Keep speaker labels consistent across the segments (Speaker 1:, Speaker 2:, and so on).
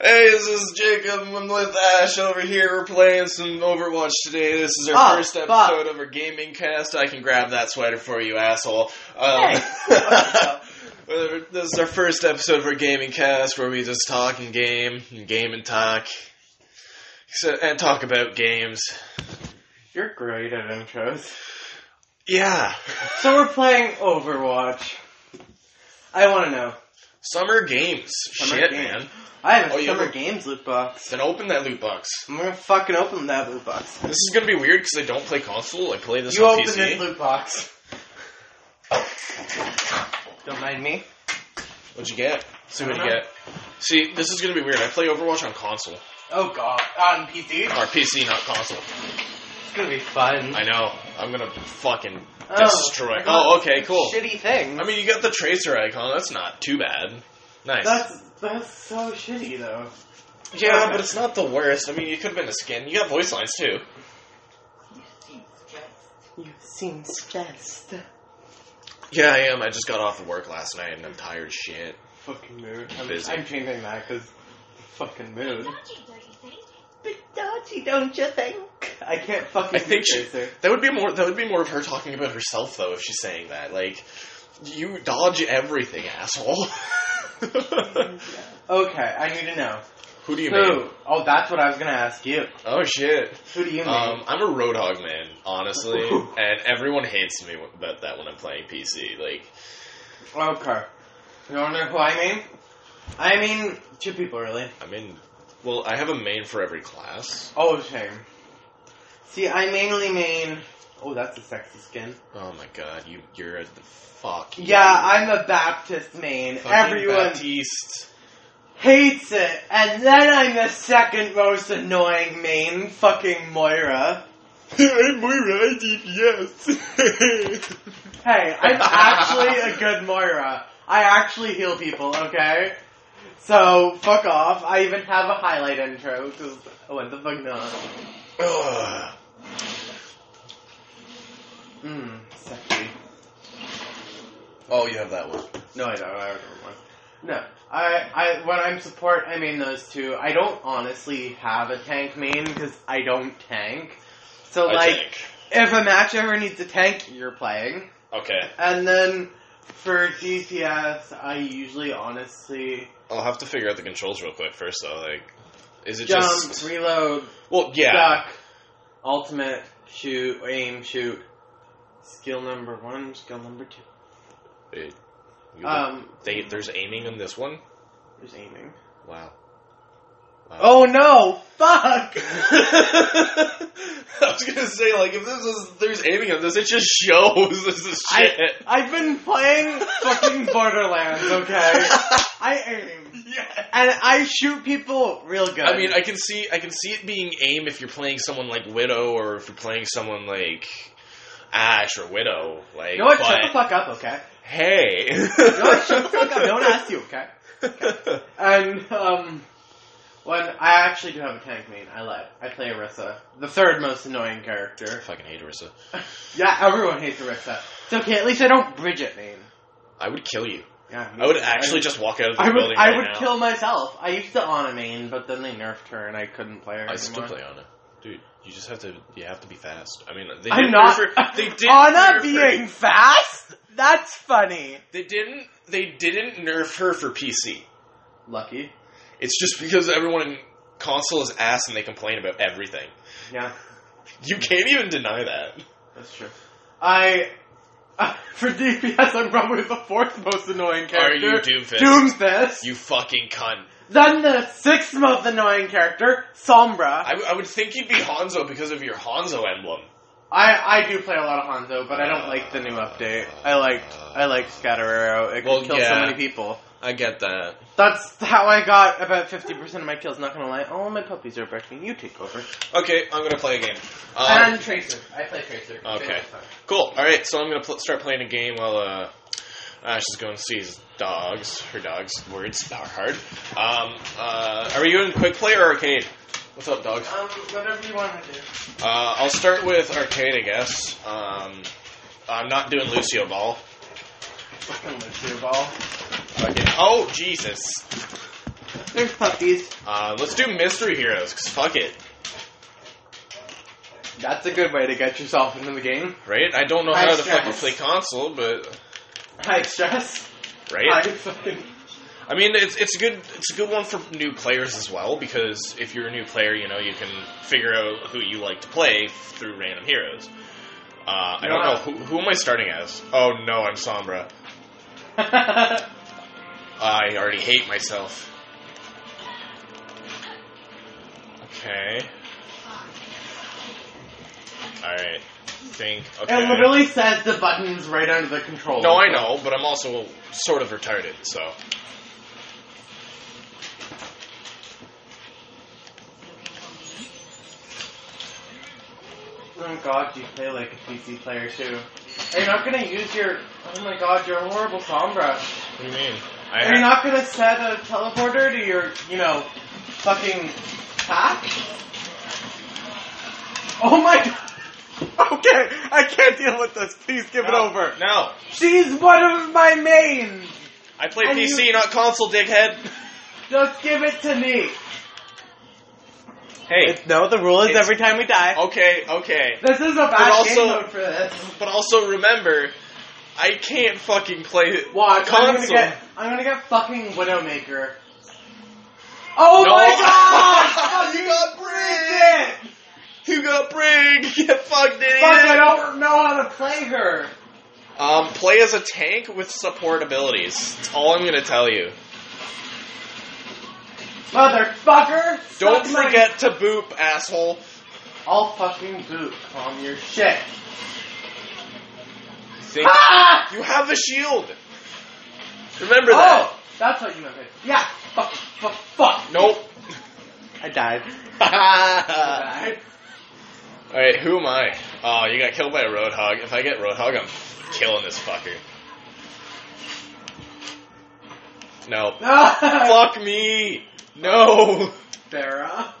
Speaker 1: Hey, this is Jacob. I'm with Ash over here. We're playing some Overwatch today. This is our
Speaker 2: Oh,
Speaker 1: first episode
Speaker 2: fuck.
Speaker 1: of our gaming cast. I can grab that sweater for you, asshole. Um, this is our first episode of our gaming cast where we just talk and game, and game and talk, so, and talk about games.
Speaker 2: You're great at intros.
Speaker 1: Yeah,
Speaker 2: So we're playing Overwatch. I want to know.
Speaker 1: summer games.
Speaker 2: Summer
Speaker 1: Shit,
Speaker 2: games.
Speaker 1: man.
Speaker 2: I have a
Speaker 1: Oh, you
Speaker 2: Summer
Speaker 1: have a-
Speaker 2: Games loot box.
Speaker 1: Then open that loot box.
Speaker 2: I'm gonna fucking open that loot box.
Speaker 1: This is gonna be weird because I don't play console. I play this
Speaker 2: you
Speaker 1: on
Speaker 2: open
Speaker 1: PC.
Speaker 2: this loot box. Don't mind me.
Speaker 1: What'd you get? See what you
Speaker 2: Uh-huh.
Speaker 1: get. See, this is gonna be weird. I play Overwatch on console.
Speaker 2: Oh god, on PC?
Speaker 1: Or PC, not console.
Speaker 2: It's gonna be fun.
Speaker 1: I know. I'm gonna fucking
Speaker 2: Oh,
Speaker 1: destroy.
Speaker 2: I got
Speaker 1: Oh, okay, cool.
Speaker 2: Shitty thing.
Speaker 1: I mean, you got the tracer icon. That's not too bad. Nice.
Speaker 2: that's that's so shitty though.
Speaker 1: yeah,
Speaker 2: okay.
Speaker 1: but it's not the worst. I mean, you could have been a skin. You got voice lines too.
Speaker 2: You seem stressed.
Speaker 1: Yeah, I am. I just got off of work last night and I'm tired as shit.
Speaker 2: Fucking mood. I'm,
Speaker 1: Busy.
Speaker 2: I'm changing that because fucking mood.
Speaker 3: Don't you dirty thing.
Speaker 2: But dodgy, don't you think? I can't
Speaker 1: I
Speaker 2: fucking
Speaker 1: think
Speaker 2: do
Speaker 1: she-
Speaker 2: Tracer.
Speaker 1: That would be more. That would be more of her talking about herself though, if she's saying that. Like, you dodge everything, asshole.
Speaker 2: Okay, I need to know.
Speaker 1: Who do you mean?
Speaker 2: Who? Oh, that's what I was gonna ask you.
Speaker 1: Oh shit.
Speaker 2: Who do you mean?
Speaker 1: Um, I'm a Roadhog man, honestly, and everyone hates me about that when I'm playing PC. Like,
Speaker 2: okay. You wanna know who I mean? I mean two people really.
Speaker 1: I'm in. Well, I have a main for every class.
Speaker 2: Oh shame. See, I mainly mean. Oh, that's a sexy skin.
Speaker 1: Oh my god, you you're a the fuck.
Speaker 2: Yeah, I'm a Baptist main.
Speaker 1: Fucking
Speaker 2: Everyone
Speaker 1: Baptiste.
Speaker 2: hates it, and then I'm the second most annoying main. Fucking Moira.
Speaker 1: I'm Moira DPS.
Speaker 2: Hey, I'm actually a good Moira. I actually heal people, okay? So, fuck off. I even have a highlight intro, because what the fuck not?
Speaker 1: Ugh.
Speaker 2: Mmm, sexy.
Speaker 1: oh, you have that one.
Speaker 2: No, I don't. I don't know one. No. I, I, when I'm support, I mean those two. I don't honestly have a tank main, because I don't tank. So,
Speaker 1: I
Speaker 2: like,
Speaker 1: think.
Speaker 2: if a match ever needs a tank, you're playing.
Speaker 1: Okay,
Speaker 2: And then, for DPS, I usually honestly
Speaker 1: I'll have to figure out the controls real quick first though. Like, is it
Speaker 2: jump,
Speaker 1: just?
Speaker 2: reload,
Speaker 1: Well, yeah.
Speaker 2: Duck. Ultimate. Shoot. Aim. Shoot. Skill number one. Skill number two.
Speaker 1: Wait, you-
Speaker 2: Um.
Speaker 1: they, there's aiming in this one.
Speaker 2: There's aiming.
Speaker 1: Wow. Wow.
Speaker 2: Oh no! Fuck!
Speaker 1: I was gonna say, like, if this is there's aiming at this, it just shows this is
Speaker 2: I-
Speaker 1: shit.
Speaker 2: I've been playing fucking Borderlands. Okay. I aim.
Speaker 1: yeah.
Speaker 2: And I shoot people real good.
Speaker 1: I mean, I can see, I can see it being aim if you're playing someone like Widow, or if you're playing someone like Ash or Widow. Like,
Speaker 2: you know what?
Speaker 1: but
Speaker 2: Shut the fuck up, okay?
Speaker 1: hey,
Speaker 2: You know what? Shut the fuck up. Don't ask you, okay? And um, when I actually do have a tank main, I lied. I play Orisa, the third most annoying character.
Speaker 1: I fucking hate Orisa.
Speaker 2: Yeah, everyone hates Arissa. It's okay, at least I don't Bridget name.
Speaker 1: I would kill you.
Speaker 2: Yeah,
Speaker 1: I would actually just walk out of the
Speaker 2: I
Speaker 1: building
Speaker 2: would, I
Speaker 1: right
Speaker 2: would
Speaker 1: now.
Speaker 2: kill myself. I used to Ana main, but then they nerfed her and I couldn't play her
Speaker 1: I
Speaker 2: anymore.
Speaker 1: still play Ana, dude. You just have to, you have to be fast. I mean, they
Speaker 2: I'm
Speaker 1: did
Speaker 2: not.
Speaker 1: nerf her- they did
Speaker 2: Ana
Speaker 1: nerf her.
Speaker 2: being fast? That's funny.
Speaker 1: They didn't. They didn't nerf her for PC.
Speaker 2: Lucky.
Speaker 1: It's just because everyone in console is ass and they complain about everything.
Speaker 2: Yeah,
Speaker 1: You can't even deny that.
Speaker 2: that's true. I. for DPS, I'm probably the fourth most annoying
Speaker 1: Are you
Speaker 2: character.
Speaker 1: Doomfist?
Speaker 2: Doomfist.
Speaker 1: You fucking cunt.
Speaker 2: Then the sixth most annoying character, Sombra.
Speaker 1: I, w- I would think you'd be Hanzo because of your Hanzo emblem.
Speaker 2: I, I do play a lot of Hanzo, but I don't like the new update. I like I like Scatterarrow. It can
Speaker 1: Well,
Speaker 2: kill so
Speaker 1: yeah.
Speaker 2: many people.
Speaker 1: I get that.
Speaker 2: That's how I got about fifty percent of my kills. Not gonna lie, all my puppies are barking. You take over.
Speaker 1: Okay, I'm gonna play a game. Um,
Speaker 2: and Tracer, I play Tracer.
Speaker 1: Okay. cool. All right, so I'm gonna pl- start playing a game while uh, Ash is going to see his dogs. Her dogs. Words are hard. Um, uh, are we doing quick play or arcade? What's up, dogs?
Speaker 2: Um, whatever you want to do.
Speaker 1: Uh, I'll start with arcade, I guess. Um, I'm not doing Lucio Ball.
Speaker 2: Fucking Lucio ball.
Speaker 1: Fucking- oh Jesus!
Speaker 2: They're puppies.
Speaker 1: Uh, let's do mystery heroes, cause fuck it,
Speaker 2: That's a good way to get yourself into the game.
Speaker 1: right? I don't know
Speaker 2: High
Speaker 1: how to fucking
Speaker 2: stress.
Speaker 1: play console, but
Speaker 2: High stress.
Speaker 1: right.
Speaker 2: High fucking.
Speaker 1: I mean, it's it's a good it's a good one for new players as well because if you're a new player, you know you can figure out who you like to play through random heroes. Uh, I don't know
Speaker 2: Yeah.
Speaker 1: who, who am I starting as. Oh no, I'm Sombra. I already hate myself. Okay. All right. Think. Okay.
Speaker 2: It literally says the buttons right under the controller.
Speaker 1: No, I know, but I'm also sort of retarded, so.
Speaker 2: Oh god, you play like a PC player too. Are you not gonna use your? Oh my god, you're a horrible Sombra.
Speaker 1: What do you mean? I
Speaker 2: Are
Speaker 1: have,
Speaker 2: you not gonna set a teleporter to your, you know, fucking pack? Oh my god. Okay, I can't deal with this. Please give
Speaker 1: No. No,
Speaker 2: She's one of my mains.
Speaker 1: I play
Speaker 2: And
Speaker 1: PC,
Speaker 2: you-
Speaker 1: not console, dickhead.
Speaker 2: Just give it to me.
Speaker 1: Hey.
Speaker 2: No, the rule is
Speaker 1: It's-
Speaker 2: every time we die.
Speaker 1: Okay, okay.
Speaker 2: This is a
Speaker 1: But
Speaker 2: bad
Speaker 1: also-
Speaker 2: game mode for this.
Speaker 1: But also remember, I can't fucking play
Speaker 2: Watch, I'm gonna
Speaker 1: console.
Speaker 2: get, I'm gonna get fucking Widowmaker. Oh
Speaker 1: No.
Speaker 2: my god!
Speaker 1: You got
Speaker 2: Bridget!
Speaker 1: You got brig. Get fucked, idiot.
Speaker 2: Fuck, I don't know how to play her.
Speaker 1: Um, play as a tank with support abilities. That's all I'm gonna tell you.
Speaker 2: Motherfucker!
Speaker 1: Don't
Speaker 2: Suck my-
Speaker 1: forget to boop, asshole.
Speaker 2: I'll fucking boot on your shit.
Speaker 1: Think-
Speaker 2: Ah!
Speaker 1: You have a shield. Remember that.
Speaker 2: Oh! That's what you meant. Yeah, fuck, fuck, fuck.
Speaker 1: Nope.
Speaker 2: I died.
Speaker 1: all
Speaker 2: I died.
Speaker 1: right, who am I? Oh, you got killed by a roadhog. If I get roadhog, I'm killing this fucker. No.
Speaker 2: Ah!
Speaker 1: Fuck me! No!
Speaker 2: Sarah.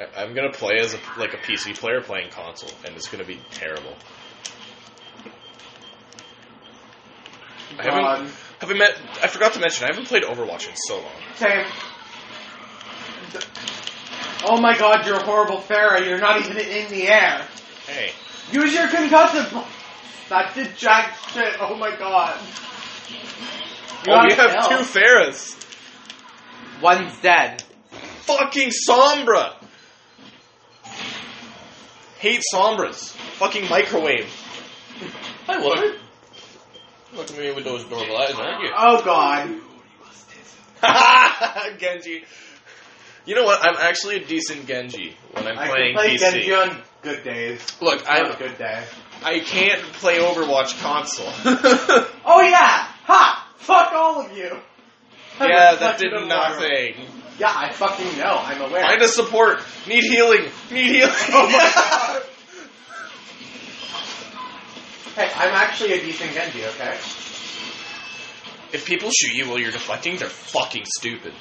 Speaker 1: I, I'm gonna play as a, like a PC player playing console, and it's gonna be terrible. I haven't,
Speaker 2: God.
Speaker 1: have I met? I forgot to mention I haven't played Overwatch in so long.
Speaker 2: Same. Oh my god, you're a horrible Farah. You're not even in the air.
Speaker 1: Hey,
Speaker 2: Use your concussive. bl- That did jack shit. Oh my god.
Speaker 1: oh, we
Speaker 2: What
Speaker 1: have
Speaker 2: else?
Speaker 1: two Ferris.
Speaker 2: One's dead.
Speaker 1: Fucking Sombra. Hate Sombras. Fucking microwave.
Speaker 2: I
Speaker 1: Look, look at me with those normal eyes, aren't you?
Speaker 2: Oh god.
Speaker 1: Genji. You know what? I'm actually a decent Genji when I'm
Speaker 2: I can
Speaker 1: playing
Speaker 2: play
Speaker 1: PC.
Speaker 2: Genji on good days.
Speaker 1: Look,
Speaker 2: On
Speaker 1: I
Speaker 2: a good day.
Speaker 1: I can't play Overwatch console.
Speaker 2: Oh yeah! Ha! Fuck all of you!
Speaker 1: yeah, that
Speaker 2: Fuck
Speaker 1: did
Speaker 2: you,
Speaker 1: nothing.
Speaker 2: Yeah, I fucking know. I'm aware.
Speaker 1: Find a support. Need healing. Need healing.
Speaker 2: Oh my Hey, I'm actually a decent Genji, okay?
Speaker 1: If people shoot you while you're deflecting, they're fucking stupid.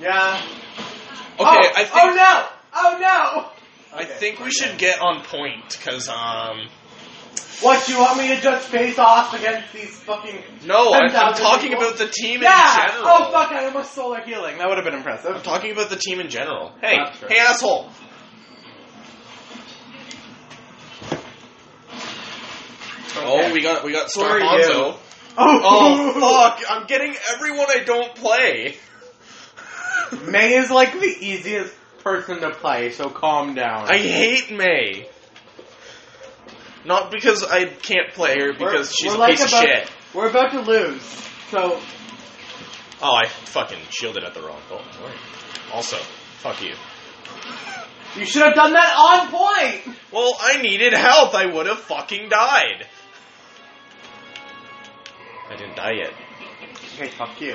Speaker 2: Yeah.
Speaker 1: Okay,
Speaker 2: Oh,
Speaker 1: I think
Speaker 2: Oh no! Oh no!
Speaker 1: I
Speaker 2: Okay,
Speaker 1: think we
Speaker 2: okay.
Speaker 1: should get on point because um
Speaker 2: What, you want me to just face off against these fucking.
Speaker 1: no, I'm, I'm
Speaker 2: 10,000
Speaker 1: talking
Speaker 2: people?
Speaker 1: about the team
Speaker 2: Yeah!
Speaker 1: in general.
Speaker 2: Oh fuck, I almost solar healing. That would have been
Speaker 1: I'm
Speaker 2: impressive.
Speaker 1: talking about the team in general. Hey,
Speaker 2: That's true.
Speaker 1: hey, asshole. Oh, we got we got Star
Speaker 2: Sorry,
Speaker 1: Hanzo.
Speaker 2: you.
Speaker 1: Oh fuck! I'm getting everyone I don't play.
Speaker 2: May is like the easiest person to play, so calm down.
Speaker 1: I hate May. Not because I can't play her, because she's a piece
Speaker 2: about,
Speaker 1: of shit.
Speaker 2: We're about to lose, so
Speaker 1: Oh, I fucking shielded at the wrong goal. Alright. Also, fuck you.
Speaker 2: you should have done that on point.
Speaker 1: Well, I needed help. I would have fucking died. I didn't die yet.
Speaker 2: Okay, fuck you.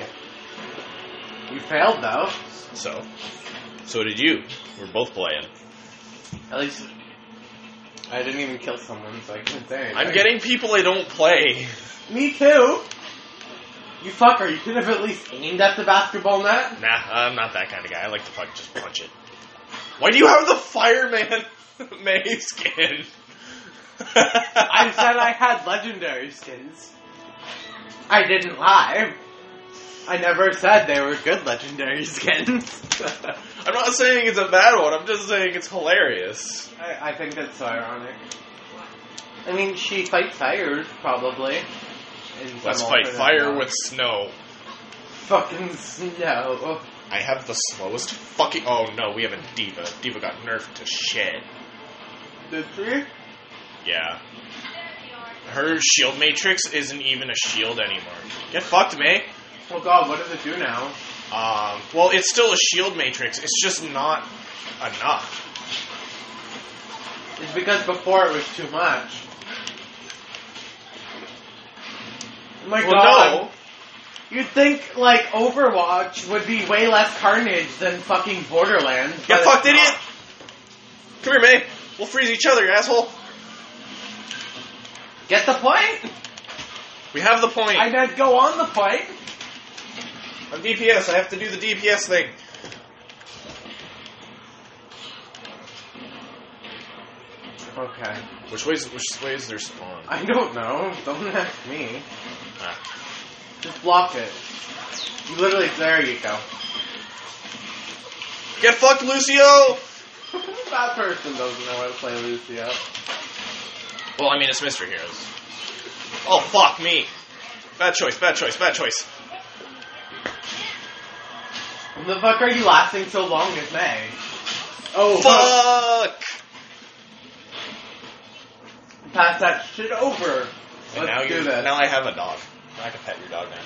Speaker 2: You failed though.
Speaker 1: So, so did you. We're both playing.
Speaker 2: At least I didn't even kill someone, so I couldn't say anything.
Speaker 1: I'm getting people I don't play.
Speaker 2: me too. You fucker! You could have at least aimed at the basketball net.
Speaker 1: Nah, I'm not that kind of guy. I like to fucking just punch it. Why do you have the fireman May skin?
Speaker 2: I said I had legendary skins. I didn't lie. I never said they were good legendary skins.
Speaker 1: I'm not saying it's a bad one. I'm just saying it's hilarious.
Speaker 2: I, I think that's so ironic. I mean, she fights fires, probably. in some
Speaker 1: Let's fight
Speaker 2: alternate
Speaker 1: fire
Speaker 2: world.
Speaker 1: with snow.
Speaker 2: fucking snow.
Speaker 1: I have the slowest fucking. Oh no, we have a diva. Diva got nerfed to shit.
Speaker 2: Did she?
Speaker 1: Yeah. Her shield matrix isn't even a shield anymore. Get fucked, May.
Speaker 2: Oh god, what does it do now?
Speaker 1: Um, well, it's still a shield matrix. It's just not enough.
Speaker 2: It's because before it was too much. Oh my
Speaker 1: well,
Speaker 2: god.
Speaker 1: no.
Speaker 2: You'd think like Overwatch would be way less carnage than fucking Borderlands. but
Speaker 1: Get
Speaker 2: it's
Speaker 1: fucked,
Speaker 2: not.
Speaker 1: idiot. Come here, May. We'll freeze each other, asshole.
Speaker 2: Get the point.
Speaker 1: We have the point.
Speaker 2: I meant go on the point.
Speaker 1: I'm DPS. I have to do the DPS thing.
Speaker 2: Okay.
Speaker 1: Which ways? Which way is their spawn?
Speaker 2: I don't know. Don't ask me.
Speaker 1: Ah.
Speaker 2: Just block it. You literally there you go.
Speaker 1: Get fucked, Lucio.
Speaker 2: that person doesn't know how to play Lucio.
Speaker 1: Well, I mean, it's Mystery Heroes. Oh, fuck me. Bad choice, bad choice, bad choice.
Speaker 2: The fuck are you lasting so long with May? Oh
Speaker 1: Fuck!
Speaker 2: Pass that shit over.
Speaker 1: And now
Speaker 2: Let's
Speaker 1: you
Speaker 2: do this.
Speaker 1: now I have a dog. I can pet your dog now.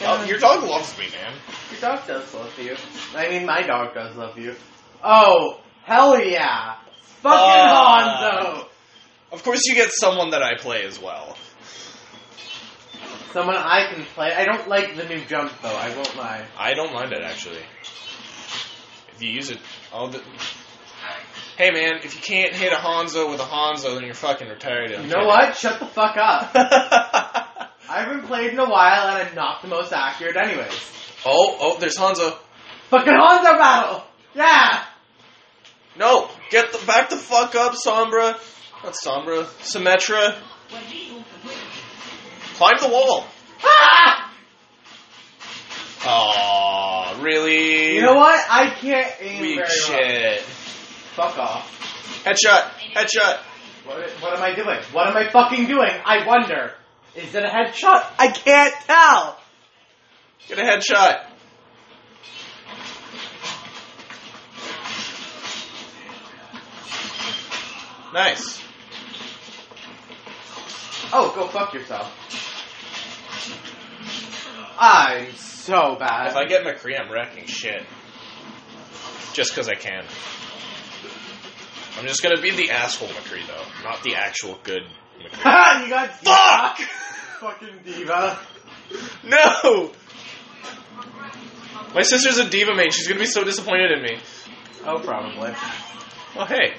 Speaker 2: Yeah.
Speaker 1: Oh, your dog loves me, man.
Speaker 2: Your dog does love you. I mean, my dog does love you. Oh, hell yeah. Fucking
Speaker 1: Fuck.
Speaker 2: Bonzo!
Speaker 1: Of course, you get someone that I play as well.
Speaker 2: Someone I can play. I don't like the new jump, though, I won't lie.
Speaker 1: I don't mind it actually. If you use it, all the. Hey man, if you can't hit a Hanzo with a Hanzo, then you're fucking retarded. I'm
Speaker 2: You know what? Shut the fuck up.
Speaker 1: kidding.
Speaker 2: I haven't played in a while, and I'm not the most accurate, anyways.
Speaker 1: oh, oh, there's Hanzo.
Speaker 2: Fucking Bonzo battle! Yeah!
Speaker 1: No, get the back the fuck up, Sombra. Not Sombra, Symmetra. Climb the wall.
Speaker 2: Ah!
Speaker 1: Aw, really?
Speaker 2: You know what? I can't aim
Speaker 1: Weak
Speaker 2: very well.
Speaker 1: shit.
Speaker 2: Fuck off.
Speaker 1: Headshot. Headshot.
Speaker 2: What, what am I doing? What am I fucking doing? I wonder. Is it a headshot? I can't tell!
Speaker 1: Get a headshot. Nice.
Speaker 2: Oh, go fuck yourself. I'm so
Speaker 1: If
Speaker 2: bad.
Speaker 1: I get McCree, I'm wrecking shit. Just because I can. I'm just gonna be the asshole McCree though, not the actual good McCree.
Speaker 2: you got
Speaker 1: Fuck!
Speaker 2: Fucking diva.
Speaker 1: No! My sister's a diva main. She's gonna be so disappointed in me.
Speaker 2: Oh, probably.
Speaker 1: Well, hey.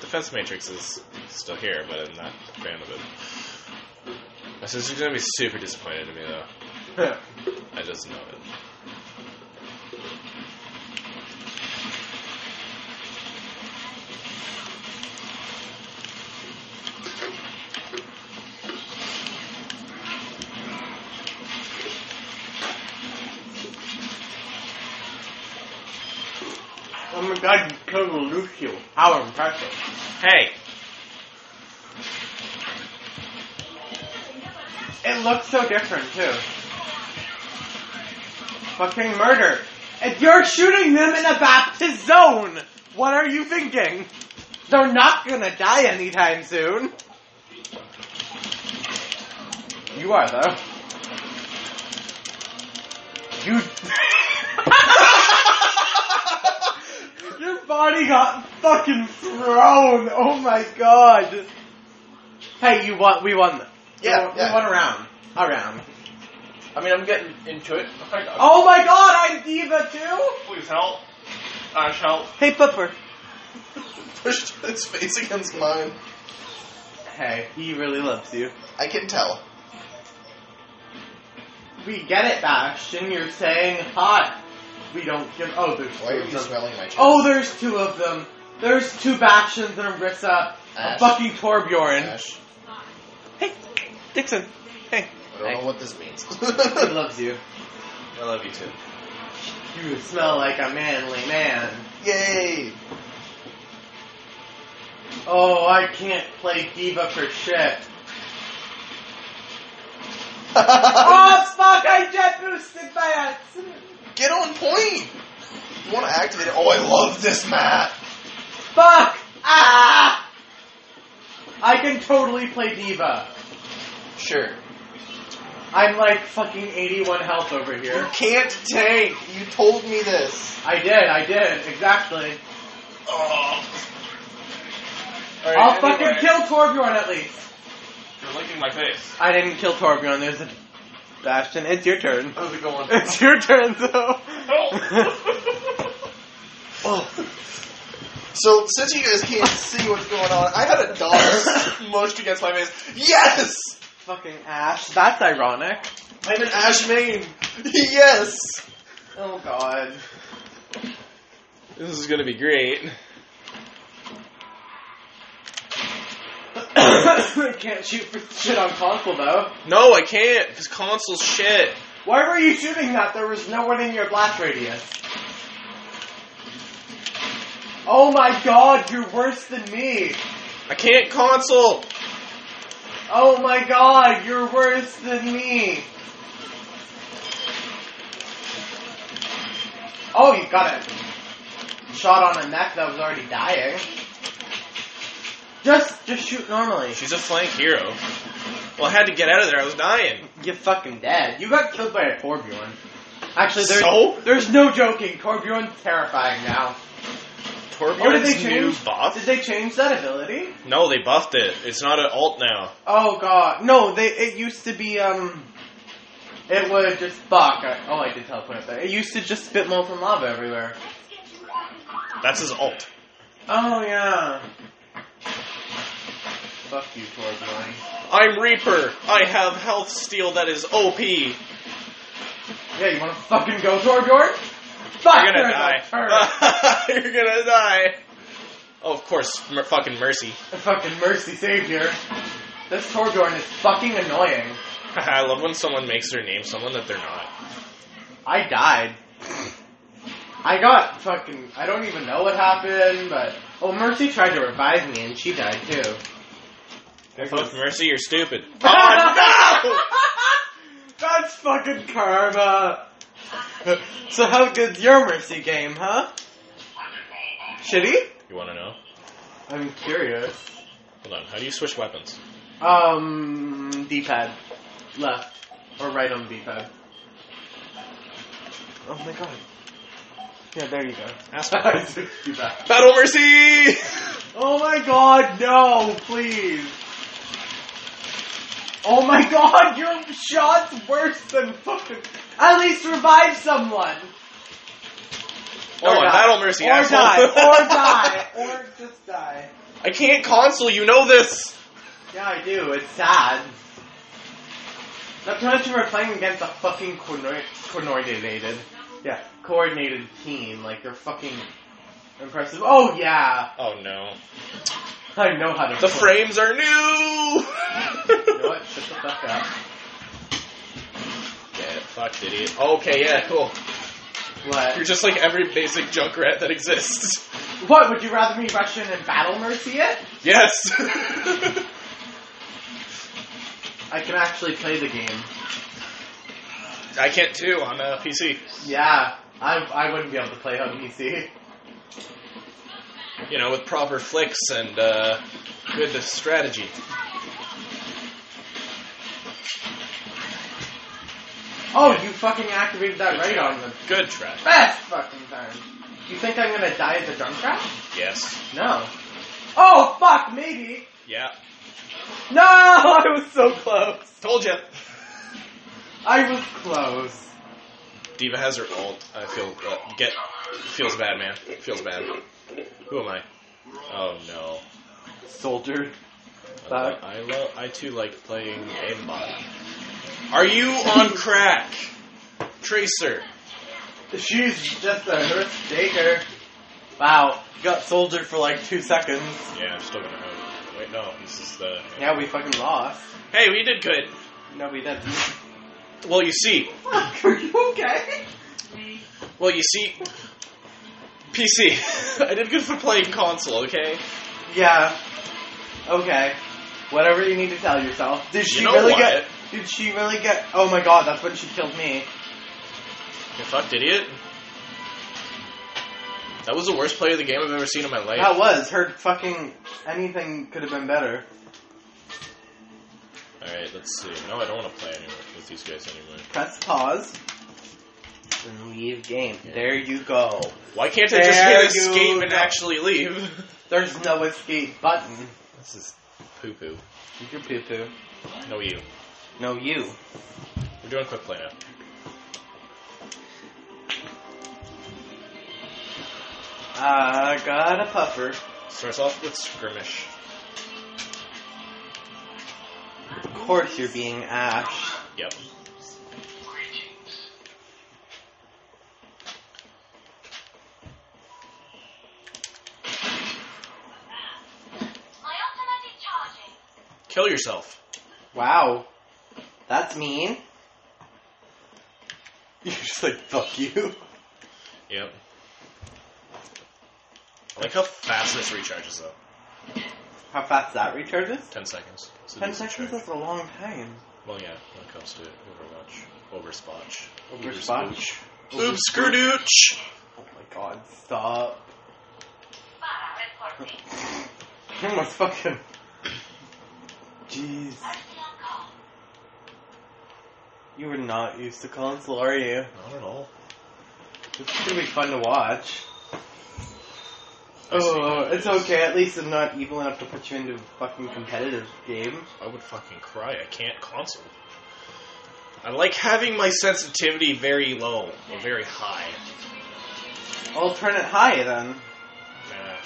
Speaker 1: Defense Matrix is still here, but I'm not a fan of it. My sister's gonna be super disappointed in me, though. I just know it.
Speaker 2: oh my god, you killed Lucio. How impressive.
Speaker 1: Hey!
Speaker 2: It looks so different, too. Fucking murder. And you're shooting them in a Baptist zone! What are you thinking? They're not gonna die anytime soon. You are, though. You. Your body got fucking thrown! Oh my god! Hey, you won. We won.
Speaker 1: Yeah,
Speaker 2: we won,
Speaker 1: yeah.
Speaker 2: we won a round. A round.
Speaker 1: I mean, I'm getting into it.
Speaker 2: Oh my god, I'm Diva too?
Speaker 1: please help. Ash, help.
Speaker 2: Hey, Pupper.
Speaker 3: pushed his face against mine.
Speaker 2: Hey, he really loves you.
Speaker 3: I can tell.
Speaker 2: We get it, Bastion. You're saying hot. We don't give. Oh, there's
Speaker 3: Why
Speaker 2: two
Speaker 3: are you
Speaker 2: of them.
Speaker 3: smelling my chest?
Speaker 2: Oh, there's two of them. There's two Bastions and Rissa. A
Speaker 3: Ash.
Speaker 2: fucking Torbjorn.
Speaker 3: Ash.
Speaker 2: Hey, Dixon. Hey.
Speaker 3: I don't know what this means.
Speaker 2: He loves you.
Speaker 3: I love you too.
Speaker 2: You smell like a manly man.
Speaker 3: Yay!
Speaker 2: Oh, I can't play diva for shit. oh, Spock, I jet boosted by accident.
Speaker 3: Ah! Get on point! You want to activate it? Oh, I love this Matt.
Speaker 2: Fuck! Ah! I can totally play diva.
Speaker 3: Sure.
Speaker 2: I'm like fucking 81 health over
Speaker 3: You
Speaker 2: here.
Speaker 3: can't tank. You told me this.
Speaker 2: I did, I did, exactly.
Speaker 3: Oh.
Speaker 1: All right,
Speaker 2: I'll fucking
Speaker 1: anyway,
Speaker 2: kill Torbjorn at least.
Speaker 1: You're licking my face.
Speaker 2: I didn't kill Torbjorn. There's a Bastion. It's your turn.
Speaker 3: How's it going?
Speaker 2: It's your turn, though.
Speaker 3: Oh. So, since you guys can't see what's going on, I had a dog mushed against my face. Yes!
Speaker 2: Fucking ass. That's ironic.
Speaker 3: I'm an ash main. Yes!
Speaker 2: Oh god.
Speaker 1: This is gonna be great.
Speaker 2: Can't shoot for shit on console though.
Speaker 1: No, I can't. This console's shit.
Speaker 2: Why were you shooting that? There was no one in your blast radius. Oh my god, you're worse than me.
Speaker 1: I can't console.
Speaker 2: Oh my god, you're worse than me. Oh, you got it. Shot on a neck that was already dying. Just, just shoot normally.
Speaker 1: She's a flank hero. Well, I had to get out of there. I was dying.
Speaker 2: You're fucking dead. You got killed by a Torbjorn. Actually, there's,
Speaker 1: So?
Speaker 2: there's no joking. Torbjorn's terrifying now. Or Oh, did they
Speaker 1: Torbjorn's new
Speaker 2: change? Did
Speaker 1: buff?
Speaker 2: they change that ability?
Speaker 1: No, they buffed it. It's not an alt now.
Speaker 2: Oh god, no! They it used to be um, it would just fuck. I, oh, I did teleport up there. It used to just spit molten lava everywhere.
Speaker 1: That's his alt.
Speaker 2: Oh yeah. Fuck you, Torbjorn.
Speaker 1: I'm Reaper. I have health steal that is OP. You're
Speaker 2: Yeah, you want to fucking go, Torbjorn? Fuck,
Speaker 1: gonna
Speaker 2: there's
Speaker 1: die.
Speaker 2: a turd.
Speaker 1: You're gonna die. Oh, of course, mer- fucking mercy.
Speaker 2: fucking mercy savior. This Torbjorn is fucking annoying.
Speaker 1: I love when someone makes their name someone that they're not.
Speaker 2: I died. I got fucking. I don't even know what happened, but. Oh, Mercy tried to revive me and she died too.
Speaker 1: Fuck mercy, you're stupid.
Speaker 2: Oh, That's fucking karma! so, how good's your Mercy game, huh? Shitty?
Speaker 1: You wanna know?
Speaker 2: I'm curious.
Speaker 1: Hold on. How do you switch weapons?
Speaker 2: Um, D pad. Left. Or right on D pad. Oh my god. Yeah, there you go. I
Speaker 1: Asshole.
Speaker 2: switched you back.
Speaker 1: Battle mercy.
Speaker 2: Oh my god, no, please. Oh my god, your shot's worse than fucking. At least revive someone!
Speaker 1: No,
Speaker 2: Or
Speaker 1: on
Speaker 2: die.
Speaker 1: battle mercy.
Speaker 2: Or
Speaker 1: asshole.
Speaker 2: die, or die, or just die.
Speaker 1: I can't console. You know this.
Speaker 2: Yeah, I do, it's sad. Not to mention we're playing against a fucking coordinate- coordinated, yeah, coordinated team. Like, they're fucking impressive. Oh yeah,
Speaker 1: Oh no.
Speaker 2: I know how to
Speaker 1: The
Speaker 2: play.
Speaker 1: frames are new.
Speaker 2: You know what? Shut the fuck up.
Speaker 1: Yeah, fucked idiot. Okay, yeah, cool. You're
Speaker 2: What?
Speaker 1: just like every basic junk rat that exists.
Speaker 2: What? Would you rather me rush in and battle mercy it?
Speaker 1: Yes.
Speaker 2: I can actually play the game.
Speaker 1: I can't too on uh, PC.
Speaker 2: Yeah, I, I wouldn't be able to play on E PC.
Speaker 1: You know, with proper flicks and uh, good strategy.
Speaker 2: Oh, you fucking activated that
Speaker 1: Good
Speaker 2: right
Speaker 1: job.
Speaker 2: on the
Speaker 1: Good track.
Speaker 2: best fucking time. You think I'm gonna die at the jump trap?
Speaker 1: Yes.
Speaker 2: No. Oh fuck, maybe.
Speaker 1: Yeah.
Speaker 2: No, I was so close.
Speaker 1: Told you.
Speaker 2: I was close.
Speaker 1: Diva has her alt. I feel uh, get feels bad, man. Feels bad. Who am I? Oh no.
Speaker 2: Soldier.
Speaker 1: I lo- I love. I too like playing aimbot. Are you on crack, Tracer?
Speaker 2: She's just a Hurst Baker. Wow, got soldier for like two seconds.
Speaker 1: Yeah, I'm still gonna have. Wait, no. This is the.
Speaker 2: Yeah, we fucking lost.
Speaker 1: Hey, we did good.
Speaker 2: No, we didn't.
Speaker 1: Well, you see.
Speaker 2: Fuck, are you okay?
Speaker 1: Well, you see. PC. I did good for playing console, okay?
Speaker 2: Yeah. Okay. Whatever you need to tell yourself. Did she
Speaker 1: you know
Speaker 2: really
Speaker 1: what?
Speaker 2: get? Did she really get? Oh my god, that's when she killed me.
Speaker 1: You fucked idiot. That was the worst play of the game I've ever seen in my life.
Speaker 2: That was her fucking. Anything could have been better.
Speaker 1: Alright, let's see. No, I don't want to play anymore with these guys anymore.
Speaker 2: Press pause. And leave game. There you go.
Speaker 1: Why can't I just hit
Speaker 2: There
Speaker 1: escape
Speaker 2: you
Speaker 1: and
Speaker 2: go.
Speaker 1: actually leave?
Speaker 2: There's no escape button.
Speaker 1: This is poo poo.
Speaker 2: You can poo poo.
Speaker 1: No, you.
Speaker 2: No, you.
Speaker 1: We're doing quick play now.
Speaker 2: I got a puffer.
Speaker 1: Starts off with skirmish.
Speaker 2: Of course you're being Ash.
Speaker 1: Yep.
Speaker 4: My ultimate is charging.
Speaker 1: Kill yourself.
Speaker 2: Wow. That's mean. You're just like, fuck you.
Speaker 1: Yep. I like how fast this recharges though.
Speaker 2: How fast that recharges?
Speaker 1: Ten seconds. It's a
Speaker 2: 10
Speaker 1: decent
Speaker 2: seconds
Speaker 1: charge.
Speaker 2: is a long time.
Speaker 1: Well, yeah. When it comes to Overwatch, Overspotch,
Speaker 2: Overspotch.
Speaker 1: Overspooch. Oops, Skrdooch.
Speaker 2: Oh my god, stop.
Speaker 4: Fire reporting.
Speaker 2: You almost fucking. Jeez.
Speaker 4: Personal call.
Speaker 2: You were not used to console, are you?
Speaker 1: Not at all.
Speaker 2: This is gonna be fun to watch.
Speaker 1: I see.
Speaker 2: Oh, it's okay. At least I'm not evil enough to put you into a fucking competitive game.
Speaker 1: I would fucking cry. I can't console. I like having my sensitivity very low or very high.
Speaker 2: I'll turn it high then.
Speaker 1: Nah.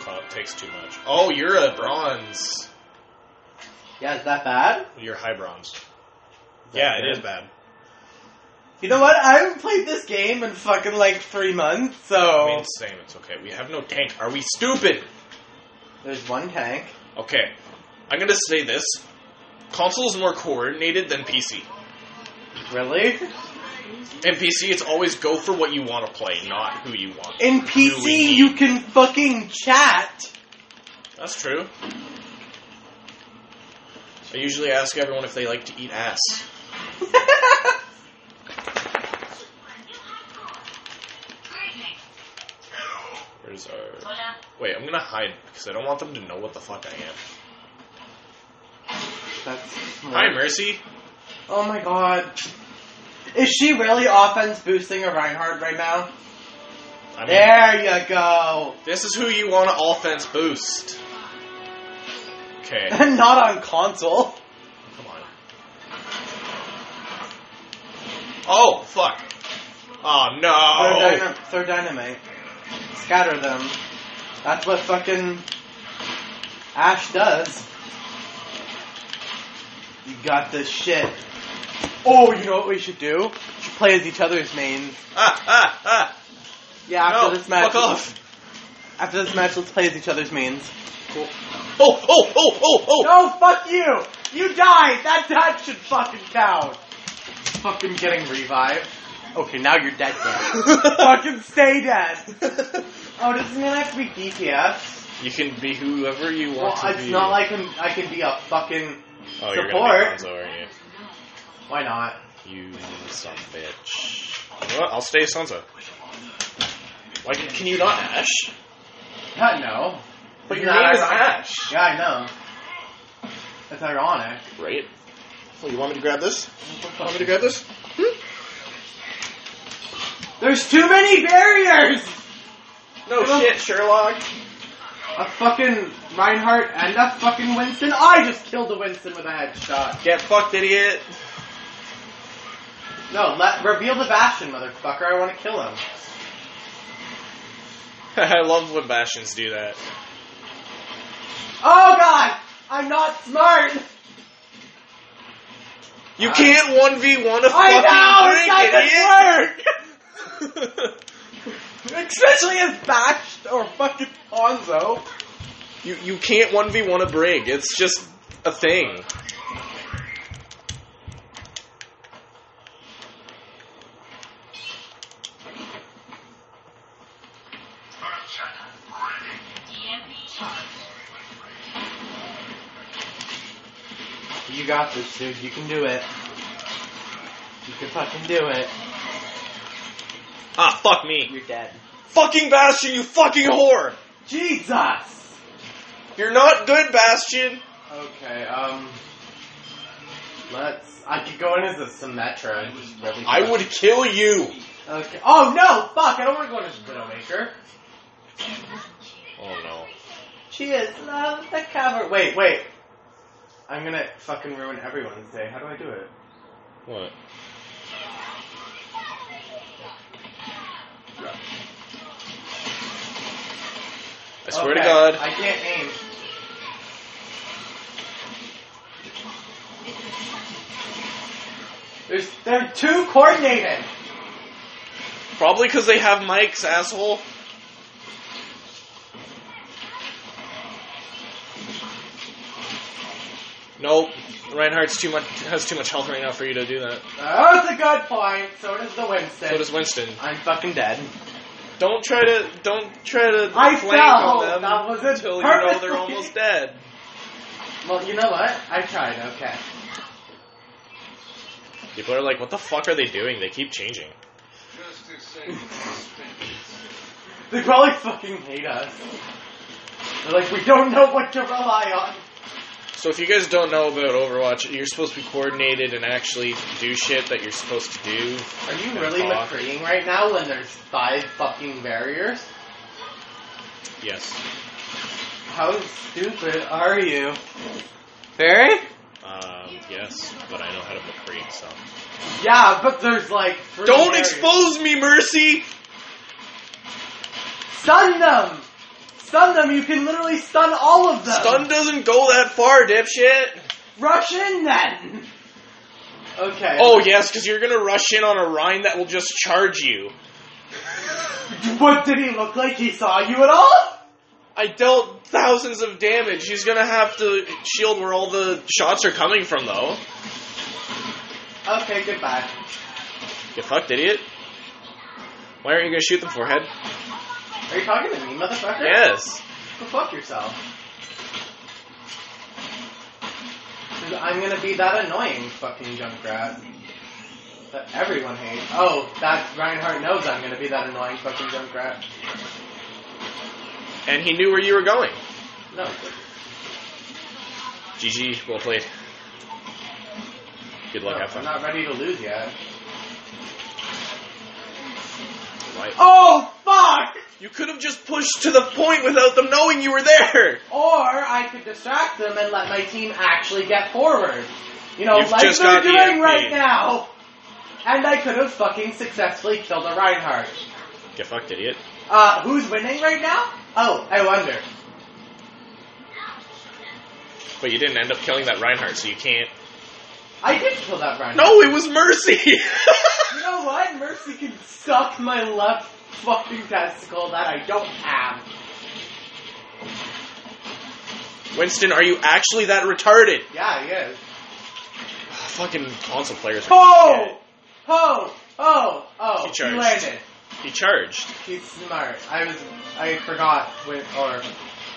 Speaker 1: Cloud takes too much. Oh, you're a bronze.
Speaker 2: Yeah, is that bad?
Speaker 1: You're high bronze.
Speaker 2: that
Speaker 1: Yeah,
Speaker 2: good?
Speaker 1: it is bad.
Speaker 2: You know what? I haven't played this game in fucking like three months,
Speaker 1: I
Speaker 2: so
Speaker 1: mean, it's same. It's okay. We have no tank. Are we stupid?
Speaker 2: there's one tank.
Speaker 1: Okay. I'm gonna say this. Console is more coordinated than PC.
Speaker 2: Really?
Speaker 1: In PC, it's always go for what you want to play, not who you want.
Speaker 2: In PC, you can fucking chat.
Speaker 1: That's true. I usually ask everyone if they like to eat ass.
Speaker 4: Greetings.
Speaker 1: Where's our.
Speaker 4: Hola.
Speaker 1: Wait, I'm gonna hide because I don't want them to know what the fuck I am.
Speaker 2: That's
Speaker 1: Hi, Mercy.
Speaker 2: Oh my god. Is she really offense boosting a Reinhardt right now?
Speaker 1: I mean,
Speaker 2: There you go.
Speaker 1: This is who you want to offense boost. Okay,
Speaker 2: And not on console.
Speaker 1: come on. Oh, fuck. Oh,
Speaker 2: Throw,
Speaker 1: no.
Speaker 2: dyna- throw dynamite. Scatter them. That's what fucking Ash does. You got this shit. Oh, you know what we should do? We should play as each other's mains.
Speaker 1: Ah, ah, ah.
Speaker 2: Yeah, after
Speaker 1: no,
Speaker 2: this match.
Speaker 1: fuck off.
Speaker 2: After this match, let's play as each other's mains.
Speaker 1: Cool. Oh, oh, oh, oh, oh.
Speaker 2: No, fuck you! You died! That that should fucking count! Fucking getting revived. Okay, now you're dead then. fucking stay dead! Oh, doesn't mean I have to be DPS.
Speaker 1: you can be whoever you
Speaker 2: Well,
Speaker 1: want to
Speaker 2: it's
Speaker 1: be.
Speaker 2: not like I'm, I can be a fucking.
Speaker 1: oh, you're
Speaker 2: support.
Speaker 1: gonna be Gonzo, aren't
Speaker 2: Why not?
Speaker 1: you? You son of a bitch. You know what? I'll stay Sansa. Why can, can you not Ash?
Speaker 2: God, no.
Speaker 1: But
Speaker 2: Isn't
Speaker 1: your
Speaker 2: that
Speaker 1: name is
Speaker 2: ironic?
Speaker 1: Ash.
Speaker 2: Yeah, I know. It's ironic.
Speaker 1: Right? Well, you want me to grab this?
Speaker 2: Want me to
Speaker 1: grab this?
Speaker 2: There's too many barriers!
Speaker 1: No shit, Sherlock.
Speaker 2: A fucking Reinhardt and a fucking Winston. I just killed a Winston with a headshot.
Speaker 1: Get fucked, idiot.
Speaker 2: No, let reveal the Bastion, motherfucker. I want to kill him.
Speaker 1: I love when Bastions do that.
Speaker 2: Oh god! I'm not smart!
Speaker 1: You
Speaker 2: Uh,
Speaker 1: can't 1v1 a
Speaker 2: I
Speaker 1: fucking brick, idiot!
Speaker 2: Especially as Bashed or fucking Ponzo.
Speaker 1: you, you can't 1v1 a brig. It's just a thing.
Speaker 2: You got this, dude. You can do it. You can fucking do it.
Speaker 1: Ah, fuck me.
Speaker 5: You're dead.
Speaker 1: Fucking Bastion, you fucking whore!
Speaker 2: Jesus!
Speaker 1: You're not good, Bastion!
Speaker 2: Okay, um. Let's. I could go in as a Symmetra. and just Really
Speaker 1: I would kill you!
Speaker 2: Okay. Oh no! Fuck! I don't want to go in as Widowmaker.
Speaker 1: Oh no.
Speaker 2: She is love the cover. Wait, wait. I'm gonna fucking ruin everyone's day. How do I do it?
Speaker 1: What? I swear to
Speaker 2: Okay,
Speaker 1: God.
Speaker 2: I can't aim. There's, they're too coordinated.
Speaker 1: Probably because they have mics, asshole. Nope, Reinhardt's too much has too much health right now for you to do that.
Speaker 2: That's Oh, a good point. So does the Winston.
Speaker 1: So does Winston.
Speaker 2: I'm fucking dead.
Speaker 1: Don't try to don't try to
Speaker 2: I
Speaker 1: flank
Speaker 2: fell.
Speaker 1: on them
Speaker 2: That was it.
Speaker 1: until you know
Speaker 2: Purposely.
Speaker 1: they're almost dead.
Speaker 2: Well, you know what? I tried. Okay.
Speaker 1: People are like, what the fuck are they doing? They keep changing.
Speaker 2: They probably fucking hate us. They're like, we don't know what to rely on.
Speaker 1: So if you guys don't know about Overwatch, you're supposed to be coordinated and actually do shit that you're supposed to do.
Speaker 2: Are you really
Speaker 1: Fuck.
Speaker 2: McCreeing right now when there's five fucking barriers?
Speaker 1: Yes.
Speaker 2: How stupid are you? Very?
Speaker 1: Um, yes, but I know how to McCree, so.
Speaker 2: Yeah, but there's like three
Speaker 1: Don't
Speaker 2: barriers.
Speaker 1: expose me, Mercy!
Speaker 2: Stun them! Stun them! You can literally stun all of them!
Speaker 1: Stun doesn't go that far, dipshit!
Speaker 2: Rush in then! Okay.
Speaker 1: Oh, yes, because you're gonna rush in on a Rhine that will just charge you.
Speaker 2: What did he look like? He saw you at all?
Speaker 1: I dealt thousands of damage. He's gonna have to shield where all the shots are coming from, though.
Speaker 2: Okay, goodbye.
Speaker 1: You fucked idiot. Why aren't you gonna shoot them, forehead?
Speaker 2: Are you talking to me, motherfucker?
Speaker 1: Yes.
Speaker 2: Go fuck yourself. 'Cause I'm gonna be that annoying fucking junk rat that everyone hates. Oh, that Reinhardt knows I'm gonna be that annoying fucking junk rat.
Speaker 1: And he knew where you were going.
Speaker 2: No.
Speaker 1: GG, well played. Good luck,
Speaker 2: no,
Speaker 1: have fun.
Speaker 2: I'm not ready to lose yet.
Speaker 1: Why-
Speaker 2: Oh, fuck!
Speaker 1: You could have just pushed to the point without them knowing you were there!
Speaker 2: Or I could distract them and let my team actually get forward. You know,
Speaker 1: You've
Speaker 2: like
Speaker 1: just got
Speaker 2: they're doing
Speaker 1: EMP'd.
Speaker 2: right now. And I could have fucking successfully killed a Reinhardt.
Speaker 1: Get fucked, idiot.
Speaker 2: Uh, who's winning right now? Oh, I wonder.
Speaker 1: But you didn't end up killing that Reinhardt, so you can't.
Speaker 2: I did kill that Reinhardt.
Speaker 1: No, it was Mercy!
Speaker 2: You know what? Mercy can suck my left fucking testicle that I don't have.
Speaker 1: Winston, are you actually that retarded?
Speaker 2: Yeah, he is.
Speaker 1: Ugh, fucking console players. Are
Speaker 2: Ho! Ho! Oh! Oh!
Speaker 1: He
Speaker 2: He
Speaker 1: charged.
Speaker 2: landed.
Speaker 1: He charged.
Speaker 2: He's smart. I was. I forgot when. Or.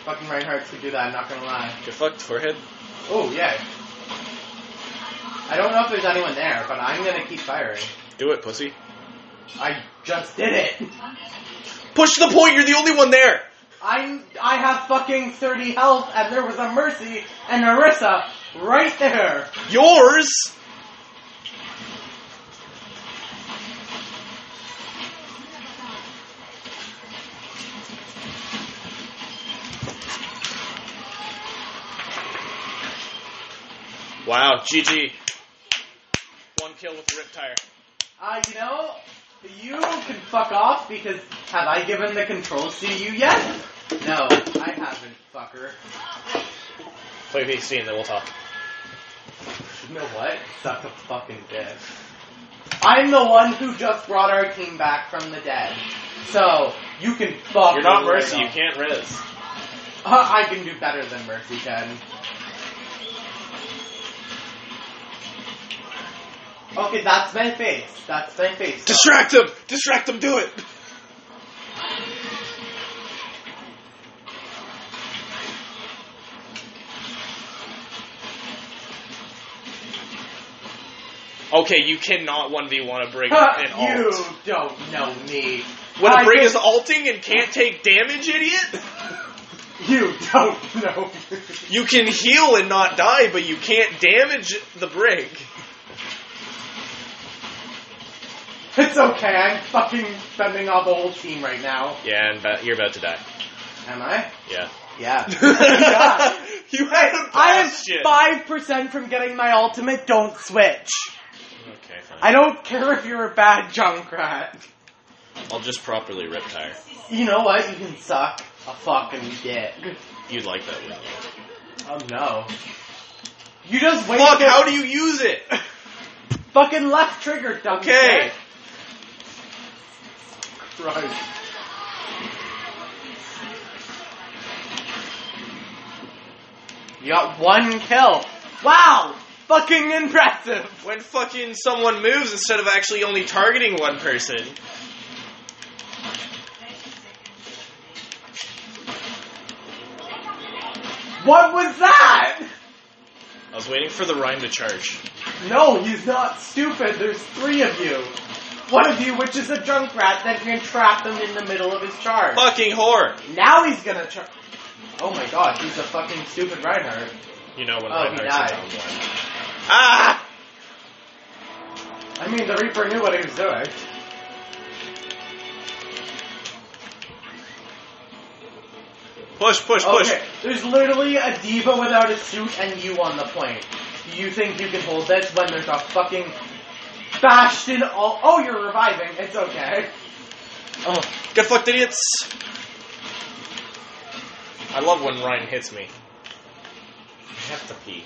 Speaker 2: Fucking Reinhardt's could do that, I'm not gonna lie.
Speaker 1: Get fucked, forehead.
Speaker 2: Oh, yeah. I don't know if there's anyone there, but I'm gonna keep firing.
Speaker 1: Do it, pussy.
Speaker 2: I just did it!
Speaker 1: Push to the point, you're the only one there!
Speaker 2: I'm I have fucking 30 health and there was a Mercy and Arissa right there.
Speaker 1: Yours! Wow, GG. One kill with the rip tire.
Speaker 2: Uh, you know, you can fuck off because have I given the controls to you yet? No, I haven't, fucker.
Speaker 1: Play PC and then we'll talk.
Speaker 2: You know what? Suck a fucking dick. I'm the one who just brought our team back from the dead. So, you can fuck
Speaker 1: You're not
Speaker 2: right
Speaker 1: Mercy, you
Speaker 2: off.
Speaker 1: can't res.
Speaker 2: Uh, I can do better than Mercy can. Okay, that's my face. That's my face.
Speaker 1: Distract him! Distract him, do it! Okay, you cannot 1v1 a Brig and
Speaker 2: you
Speaker 1: alt.
Speaker 2: don't know me.
Speaker 1: When
Speaker 2: I
Speaker 1: a Brig
Speaker 2: did-
Speaker 1: is alting and can't take damage, idiot,
Speaker 2: You don't know me.
Speaker 1: you can heal and not die, but you can't damage the Brig.
Speaker 2: It's okay, I'm fucking fending off a whole team right now.
Speaker 1: Yeah, and ba- you're about to die.
Speaker 2: Am I?
Speaker 1: Yeah.
Speaker 2: Yeah.
Speaker 1: you had a
Speaker 2: I am
Speaker 1: bastion.
Speaker 2: five percent from getting my ultimate. Don't switch.
Speaker 1: Okay, fine.
Speaker 2: I don't care if you're a bad Junkrat.
Speaker 1: I'll just properly riptire.
Speaker 2: You know what? You can suck a fucking dick.
Speaker 1: You'd like that, wouldn't you?
Speaker 2: Oh no. You just wait.
Speaker 1: Fuck, how do you use it?
Speaker 2: fucking left trigger, dumb
Speaker 1: Okay.
Speaker 2: shit. Christ. You got one kill. Wow! Fucking impressive.
Speaker 1: When fucking someone moves instead of actually only targeting one person.
Speaker 2: What was that?
Speaker 1: I was waiting for the rhyme to charge.
Speaker 2: No, he's not stupid. There's three of you. One of you, which is a junk rat, that can trap him in the middle of his charge.
Speaker 1: Fucking whore!
Speaker 2: Now he's gonna charge. Oh my god, he's a fucking stupid Reinhardt.
Speaker 1: You know when
Speaker 2: Oh,
Speaker 1: Rhyme
Speaker 2: he
Speaker 1: Reinhardt's
Speaker 2: died.
Speaker 1: down one. Ah!
Speaker 2: I mean, the Reaper knew what he was doing.
Speaker 1: Push, push, push.
Speaker 2: Okay, there's literally a diva without a suit and you on the plane. You think you can hold this when there's a fucking bastion all. Oh, you're reviving. It's okay.
Speaker 1: Oh, get fucked, idiots! I love when Ryan hits me. I have to pee.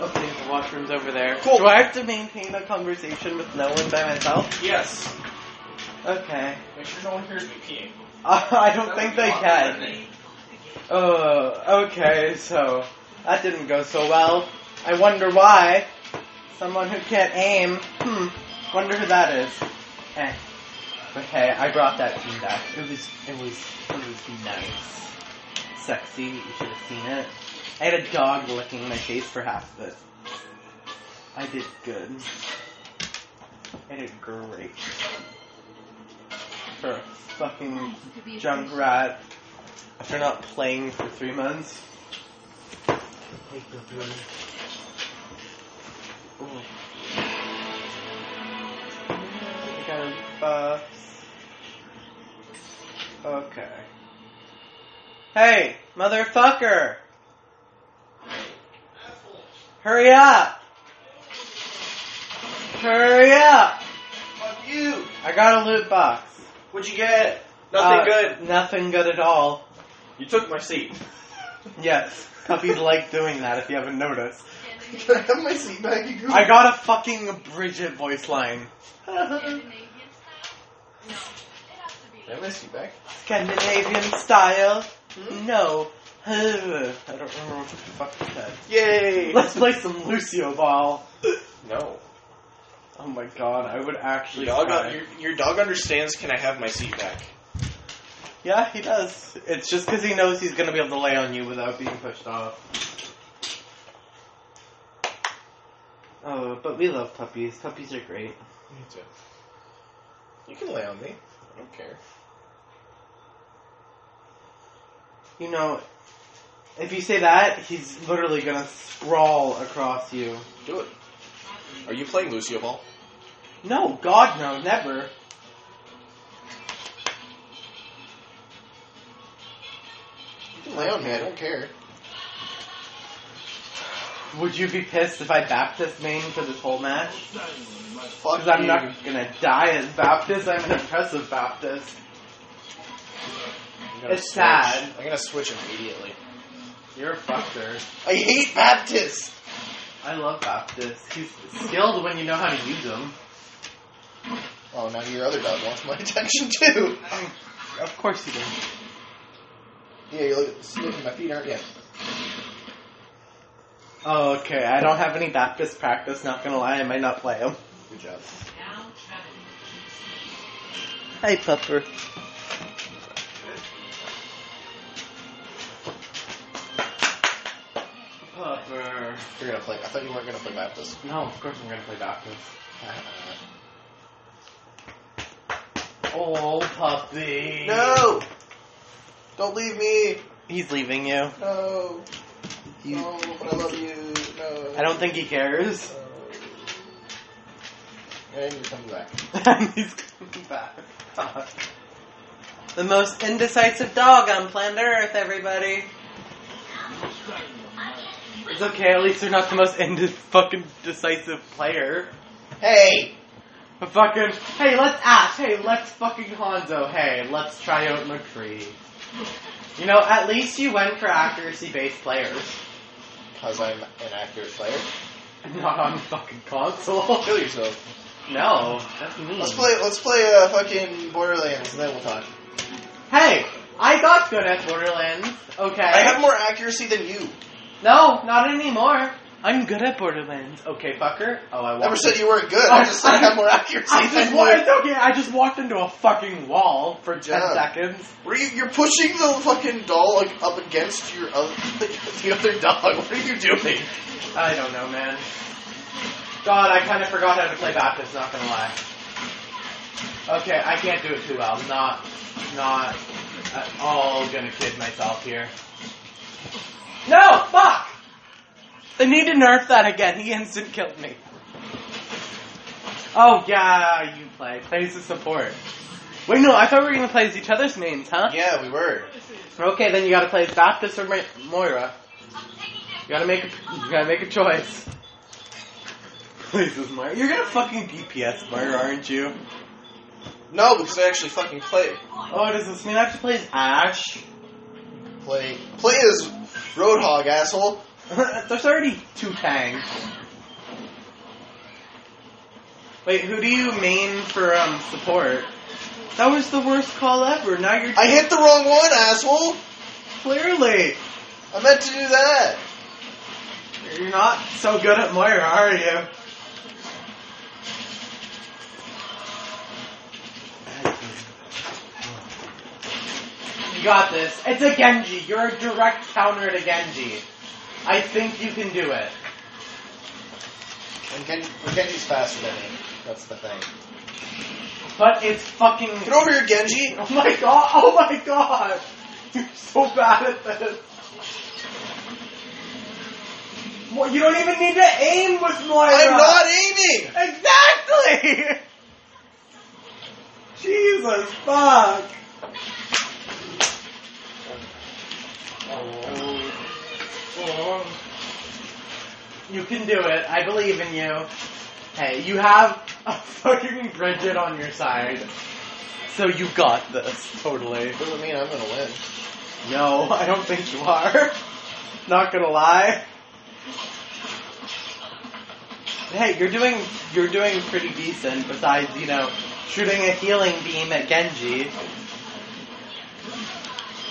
Speaker 2: Okay, the washroom's over there.
Speaker 1: Cool.
Speaker 2: Do I have to maintain a conversation with no one by myself?
Speaker 1: Yes.
Speaker 2: Okay.
Speaker 1: Make sure no one hears me peeing.
Speaker 2: Uh, I don't think they can. Oh, okay, so that didn't go so well. I wonder why. Someone who can't aim. Hmm. Wonder who that is. Eh. Okay, I brought that team back. It was, it was, it was nice, sexy. You should have seen it. I had a dog licking my face for half of it. I did good. I did great. For a fucking junk rat after not playing for three months. Ooh. I got a buff. Okay. Hey, motherfucker! Hurry up! Hurry up!
Speaker 3: Fuck you!
Speaker 2: I got a loot box.
Speaker 3: What'd you get?
Speaker 2: Uh, Nothing good at all.
Speaker 3: You took my seat.
Speaker 2: Yes, puppies like doing that if you haven't noticed.
Speaker 3: Can I have my seat back, you goof?
Speaker 2: I got a fucking Bridget voice line.
Speaker 3: Can I have my seat back?
Speaker 2: Scandinavian style?
Speaker 1: Hmm?
Speaker 2: No. I don't remember what the fuck it said.
Speaker 3: Yay!
Speaker 2: Let's play some Lucio Ball.
Speaker 3: No.
Speaker 2: Oh my god, I would actually.
Speaker 1: Your dog,
Speaker 2: cry.
Speaker 1: your, your dog understands. Can I have my seat back?
Speaker 2: Yeah, he does. It's just because he knows he's gonna be able to lay on you without being pushed off. Oh, but we love puppies. Puppies are great.
Speaker 1: Me too. You can lay on me. I don't care.
Speaker 2: You know, if you say that, he's literally gonna sprawl across you.
Speaker 1: Do it. Are you playing Lucio Ball?
Speaker 2: No, God, no, never.
Speaker 3: You can lay on me, I don't care.
Speaker 2: Would you be pissed if I Baptist main for this whole match?
Speaker 3: Fuck
Speaker 2: Because I'm
Speaker 3: you.
Speaker 2: not gonna die as Baptist, I'm an impressive Baptist.
Speaker 1: I'm gonna
Speaker 2: It's sad.
Speaker 1: I'm gonna switch immediately.
Speaker 2: You're a fucker.
Speaker 3: I hate Baptists!
Speaker 2: I love Baptist. He's skilled when you know how to use him.
Speaker 3: Oh, now your other dog wants my attention too.
Speaker 2: Of course he does.
Speaker 3: Yeah, you're looking, looking at my feet, aren't you?
Speaker 2: Oh, okay. I don't have any Baptist practice, not gonna lie, I might not play him.
Speaker 3: Good job.
Speaker 2: Hey, Pupper. Pupper.
Speaker 3: You're gonna play. I thought you weren't gonna play Baptist.
Speaker 2: No, of course I'm gonna play Baptist. Oh, puppy.
Speaker 1: No! Don't leave me!
Speaker 2: He's leaving you.
Speaker 1: No!
Speaker 2: You-
Speaker 1: No, but I love you. No.
Speaker 2: I don't think he cares.
Speaker 1: And you come back.
Speaker 2: He's coming back. the most indecisive dog on planet Earth, everybody. It's okay, at least you're not the most indecisive fucking decisive player.
Speaker 1: Hey!
Speaker 2: But fucking, hey, let's Ash, hey, let's fucking Hanzo, hey, let's try out McCree. You know, at least you went for accuracy based players.
Speaker 1: Because I'm an accurate player.
Speaker 2: Not on fucking console.
Speaker 1: Kill yourself.
Speaker 2: No, that's mean.
Speaker 1: Hmm. Let's play, let's play, uh, fucking Borderlands and then we'll talk.
Speaker 2: Hey, I got good at Borderlands. Okay.
Speaker 1: I have more accuracy than you.
Speaker 2: no, not anymore. I'm good at Borderlands. Okay, fucker. Oh, I walked.
Speaker 1: Never said you weren't good. I just said I have more accuracy
Speaker 2: I
Speaker 1: than
Speaker 2: just
Speaker 1: you.
Speaker 2: wa- it's okay. I just walked into a fucking wall for ten
Speaker 1: Yeah.
Speaker 2: seconds.
Speaker 1: Were you, you're pushing the fucking doll like up against your other, the other dog. What are you doing?
Speaker 2: I don't know, man. God, I kind of forgot how to play Baptist. Not gonna lie. Okay, I can't do it too well. Not, not at all gonna kid myself here. No, fuck. They need to nerf that again. He instant killed me. Oh yeah, you play. Plays the support. Wait, no, I thought we were gonna play as each other's mains, huh?
Speaker 1: Yeah, we were.
Speaker 2: Okay, then you gotta play as Baptist or Ma- Moira.
Speaker 4: I'm taking
Speaker 2: You gotta make a, you gotta make a choice. Please, is Mario. You're gonna fucking DPS Mario, aren't you?
Speaker 1: No, because I actually fucking play.
Speaker 2: Oh, does this mean I have to play as Ash?
Speaker 1: Play. Play as Roadhog, asshole.
Speaker 2: There's already two Kang. Wait, who do you main for um support? That was the worst call ever. Now you're
Speaker 1: I hit the wrong one, asshole.
Speaker 2: clearly
Speaker 1: I meant to do that.
Speaker 2: you're not so good at Moira, are you? You got this. It's a Genji. You're a direct counter to Genji. I think you can do it.
Speaker 1: And Ken, and Genji's faster than me. That's the thing.
Speaker 2: But it's fucking.
Speaker 1: Get over here, Genji.
Speaker 2: Oh my god! Oh my god! You're so bad at this. Mo- You don't even need to aim with Moira.
Speaker 1: I'm not aiming.
Speaker 2: Exactly! Jesus fuck! You can do it. I believe in you. Hey, you have a fucking Bridget on your side. So you got this, totally.
Speaker 1: Doesn't mean I'm gonna win.
Speaker 2: No, I don't think you are. Not gonna lie. Hey, you're doing you're doing pretty decent. Besides, you know, shooting a healing beam at Genji.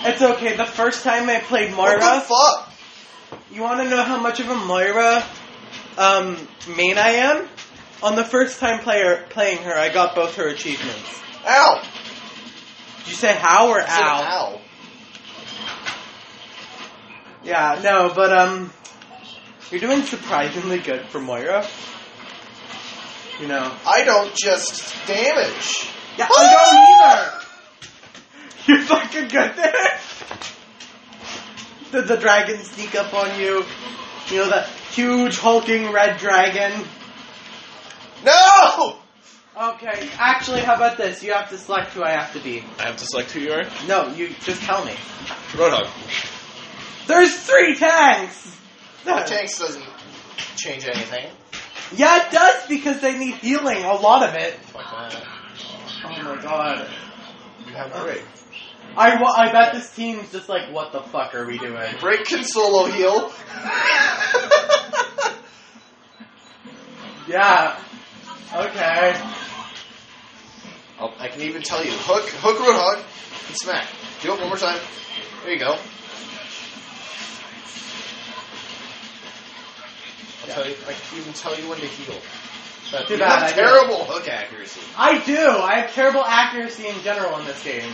Speaker 2: It's okay. The first time I played Moira,
Speaker 1: What
Speaker 2: you want to know how much of a Moira um, main I am? On the first time player playing her, I got both her achievements.
Speaker 1: the fuck? Ow.
Speaker 2: Did you say how or
Speaker 1: I said
Speaker 2: ow? Yeah, no, but um, you're doing surprisingly good for Moira. You know.
Speaker 1: I don't just damage. Ah!
Speaker 2: Yeah, I don't either. You're fucking good there. Did the dragon sneak up on you? You know that huge hulking red dragon.
Speaker 1: No.
Speaker 2: Okay, actually, how about this? You have to select who I have to be.
Speaker 6: I have to select who you are.
Speaker 2: No, you just tell me.
Speaker 6: Roadhog.
Speaker 2: There's three tanks.
Speaker 1: The tanks doesn't change anything.
Speaker 2: Yeah, it does because they need healing. A lot of it.
Speaker 1: Fuck that.
Speaker 2: Oh my god.
Speaker 1: You have a break.
Speaker 2: I, wa- I bet this team's just like, what the fuck are we doing?
Speaker 1: Break can solo heal.
Speaker 2: Yeah. Okay.
Speaker 1: Oh, I can even tell you. Hook, hook, roadhog, and smack. Do it one more time. There you go. I'll tell you. I can even tell you when to heal. But
Speaker 2: Too
Speaker 1: you
Speaker 2: bad
Speaker 1: have
Speaker 2: I don't.
Speaker 1: terrible hook accuracy.
Speaker 2: I do. I have terrible accuracy in general in this game.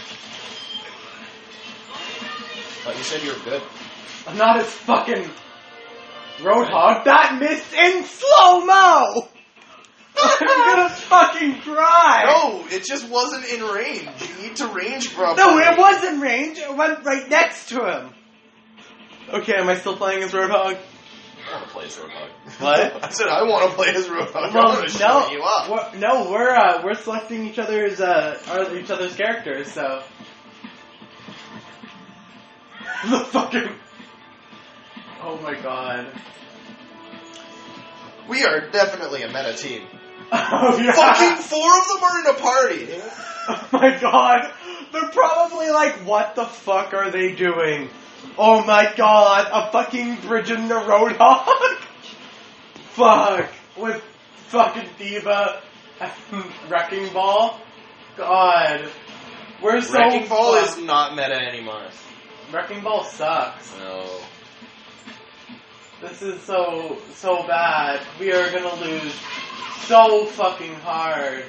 Speaker 1: But you said you were good.
Speaker 2: I'm not as fucking Roadhog. That missed in slow mo. I'm gonna fucking cry.
Speaker 3: No, it just wasn't in range. You need to range properly.
Speaker 2: No, it was in range. It went right next to him. Okay, am I still playing as Roadhog?
Speaker 1: I want to play as Roadhog.
Speaker 2: What?
Speaker 3: I said I want to play as Roadhog. I
Speaker 2: Well,
Speaker 3: want to
Speaker 2: no,
Speaker 3: you up.
Speaker 2: We're, no, we're uh, we're selecting each other's uh, our, each other's characters. So the fucking. Oh my god.
Speaker 3: We are definitely a meta team.
Speaker 2: Oh yeah.
Speaker 3: Fucking four of them are in a party.
Speaker 2: Oh my god. They're probably like, what the fuck are they doing? Oh my god, a fucking bridge in the roadhog. fuck with fucking diva and wrecking ball. God, we're so
Speaker 1: Wrecking Ball
Speaker 2: fucked.
Speaker 1: is not meta anymore.
Speaker 2: Wrecking Ball sucks.
Speaker 1: No.
Speaker 2: This is so so bad. We are gonna lose so fucking hard.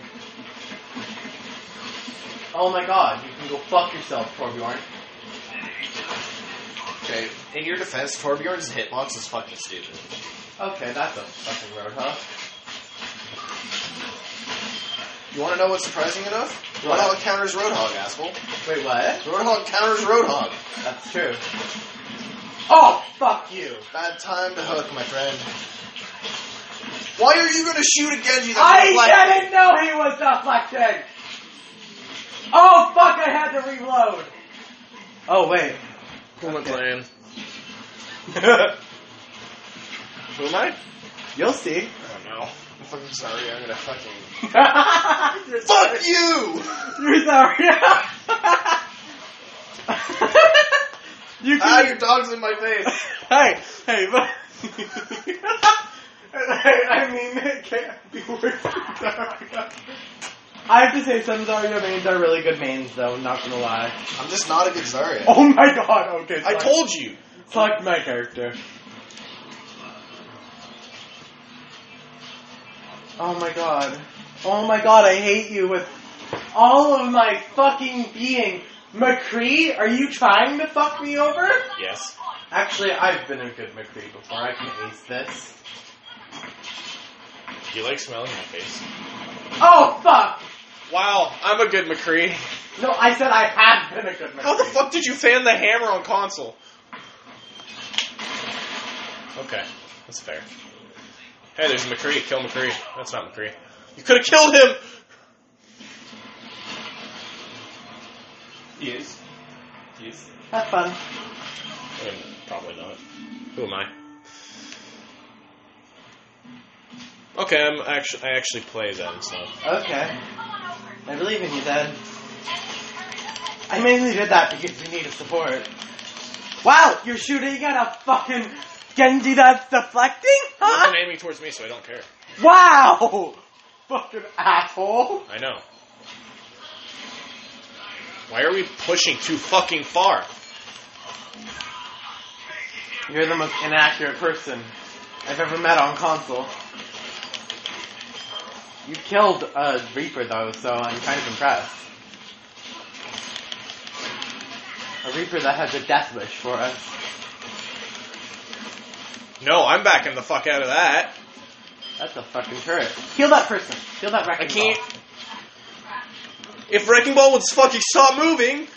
Speaker 2: Oh my god, you can go fuck yourself, Torbjorn.
Speaker 3: Okay, in your defense, Torbjorn's hitbox is fucking stupid.
Speaker 2: Okay, that's a fucking road, huh?
Speaker 3: You want to know what's surprising enough?
Speaker 2: What?
Speaker 3: Roadhog counters Roadhog, asshole.
Speaker 2: Wait, what?
Speaker 3: Roadhog counters Roadhog.
Speaker 2: That's true. Oh, fuck you!
Speaker 3: Bad time to hook, my friend. Why are you going to shoot at Genji? That's
Speaker 2: I
Speaker 3: black-
Speaker 2: didn't know he was deflecting! Oh, fuck, I had to reload! Oh, wait.
Speaker 1: Who am I playing? Who am I?
Speaker 2: You'll see.
Speaker 3: I don't know. I'm fucking sorry. I'm gonna fucking.
Speaker 2: You're sorry.
Speaker 3: Fuck you!
Speaker 2: You're sorry. you
Speaker 3: ah,
Speaker 2: can
Speaker 3: your dog's in my face.
Speaker 2: hey, hey, but. I, I mean, it can't be worse than Zarya. I have to say, some Zarya mains are really good mains, though, not gonna lie.
Speaker 3: I'm just not a good Zarya.
Speaker 2: Oh my god, okay.
Speaker 3: I
Speaker 2: fuck.
Speaker 3: told you.
Speaker 2: Fuck my character. Oh my god. Oh my god, I hate you with all of my fucking being. McCree, are you trying to fuck me over?
Speaker 1: Yes.
Speaker 2: Actually, I've been a good McCree before. I can ace this.
Speaker 1: You like smelling my face.
Speaker 2: Oh, fuck!
Speaker 1: Wow, I'm a good McCree.
Speaker 2: No, I said I have been a good
Speaker 1: How the
Speaker 2: McCree.
Speaker 1: fuck did you fan the hammer on console? Okay, that's fair. Hey, there's McCree. Kill McCree. That's not McCree. You could have killed him! Yes. Yes.
Speaker 2: Have fun.
Speaker 1: probably not. Who am I? Okay, I'm actually I actually play them, so
Speaker 2: Okay. I believe in you, Dad. I mainly did that because we needed support. Wow, you're shooting at a fucking Genji that's deflecting?
Speaker 1: I'm
Speaker 2: Huh?
Speaker 1: aiming towards me, so I don't care.
Speaker 2: Wow! Fucking asshole.
Speaker 1: I know. Why are we pushing too fucking far?
Speaker 2: You're the most inaccurate person I've ever met on console. You killed a Reaper though, so I'm kind of impressed. A Reaper that has a death wish for us.
Speaker 1: No, I'm backing the fuck out of that.
Speaker 2: That's a fucking turret. Heal that person. Heal that
Speaker 1: I
Speaker 2: wrecking
Speaker 1: can't. If Wrecking Ball would fucking stop moving,
Speaker 2: ball.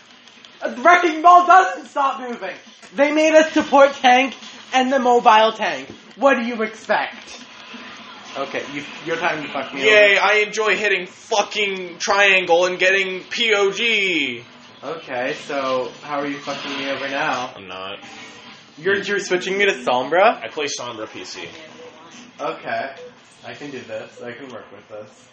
Speaker 2: Uh, The wrecking ball doesn't stop moving. They made a support tank and the mobile tank. What do you expect? Okay, you, your time to fuck me
Speaker 1: yay! I enjoy hitting fucking triangle and getting POG.
Speaker 2: over. Okay, so how are you fucking me over now?
Speaker 1: I'm not.
Speaker 2: You're, you're switching me to Sombra?
Speaker 1: I play Sombra PC.
Speaker 2: Okay, I can do this. I can work with this.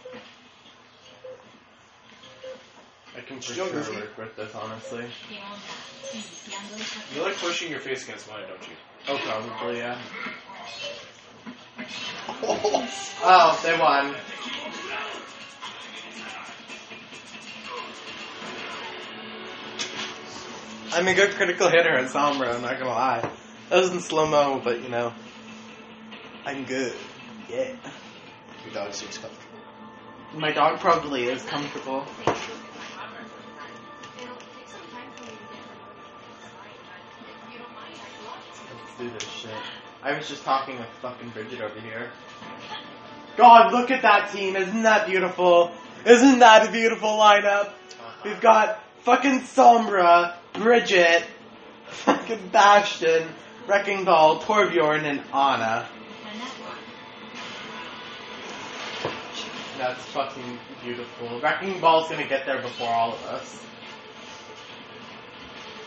Speaker 2: I can for
Speaker 3: You're
Speaker 2: sure
Speaker 3: goofy.
Speaker 2: work with this, honestly.
Speaker 1: You like pushing your face against mine, don't you?
Speaker 2: Oh, probably, yeah.
Speaker 3: Oh,
Speaker 2: Oh, they won. I'm a good critical hitter at Sombra, I'm not gonna lie. That was in slow mo, but you know. I'm good. Yeah.
Speaker 3: your dog seems comfortable.
Speaker 2: My dog probably is comfortable. Let's do this shit. I was just talking with fucking Bridget over here. God, look at that team. Isn't that beautiful? Isn't that a beautiful lineup? We've got fucking Sombra, Bridget, fucking Bastion, Wrecking Ball, Torbjorn, and Anna. That's fucking beautiful. Wrecking Ball's gonna get there before all of us.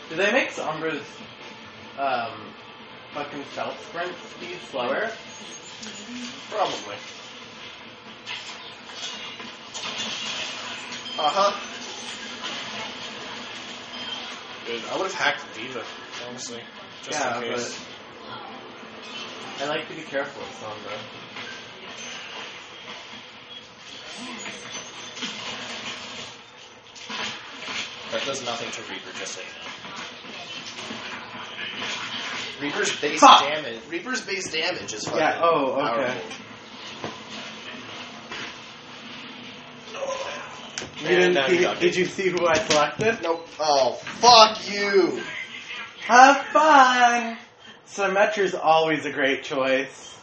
Speaker 2: Do they make Sombra's um, fucking stealth sprint speed slower?
Speaker 3: Probably. Uh huh. Dude, I would have hacked Diva, honestly. Just
Speaker 2: yeah,
Speaker 3: in case.
Speaker 2: but I like to be careful with Sombra.
Speaker 5: That does nothing to Reaper, just so you know. Reaper's base
Speaker 2: Ha!
Speaker 5: damage. Reaper's base damage is fucking.
Speaker 2: Yeah, oh, okay. You
Speaker 5: Yeah,
Speaker 2: didn't
Speaker 5: now
Speaker 2: see,
Speaker 5: you got
Speaker 2: did you see who I selected?
Speaker 3: Nope. Oh, fuck you!
Speaker 2: Have fun! Symmetra's always a great choice.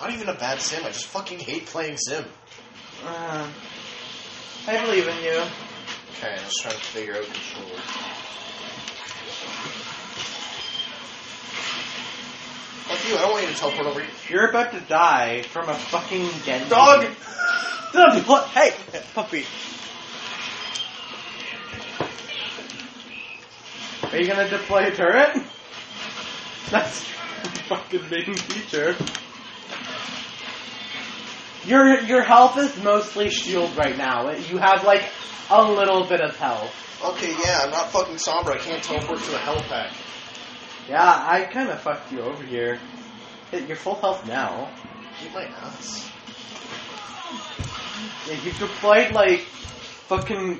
Speaker 3: Not even a bad sim. I just fucking hate playing sim.
Speaker 2: Uh, I believe in you.
Speaker 5: Okay, I was trying to figure out control.
Speaker 3: Fuck you. I don't want you to teleport over. here.
Speaker 2: You're about to die from a fucking Genji.
Speaker 3: Dog.
Speaker 2: The pl- hey, puppy. Are you gonna deploy a turret? That's the fucking main feature. Your your health is mostly shield right now. You have like a little bit of health.
Speaker 3: Okay, yeah. I'm not fucking Sombra. I can't teleport to the hell pack.
Speaker 2: Yeah, I kind of fucked you over here. Hit your full health now.
Speaker 3: Keep my ass.
Speaker 2: Yeah, you've deployed like fucking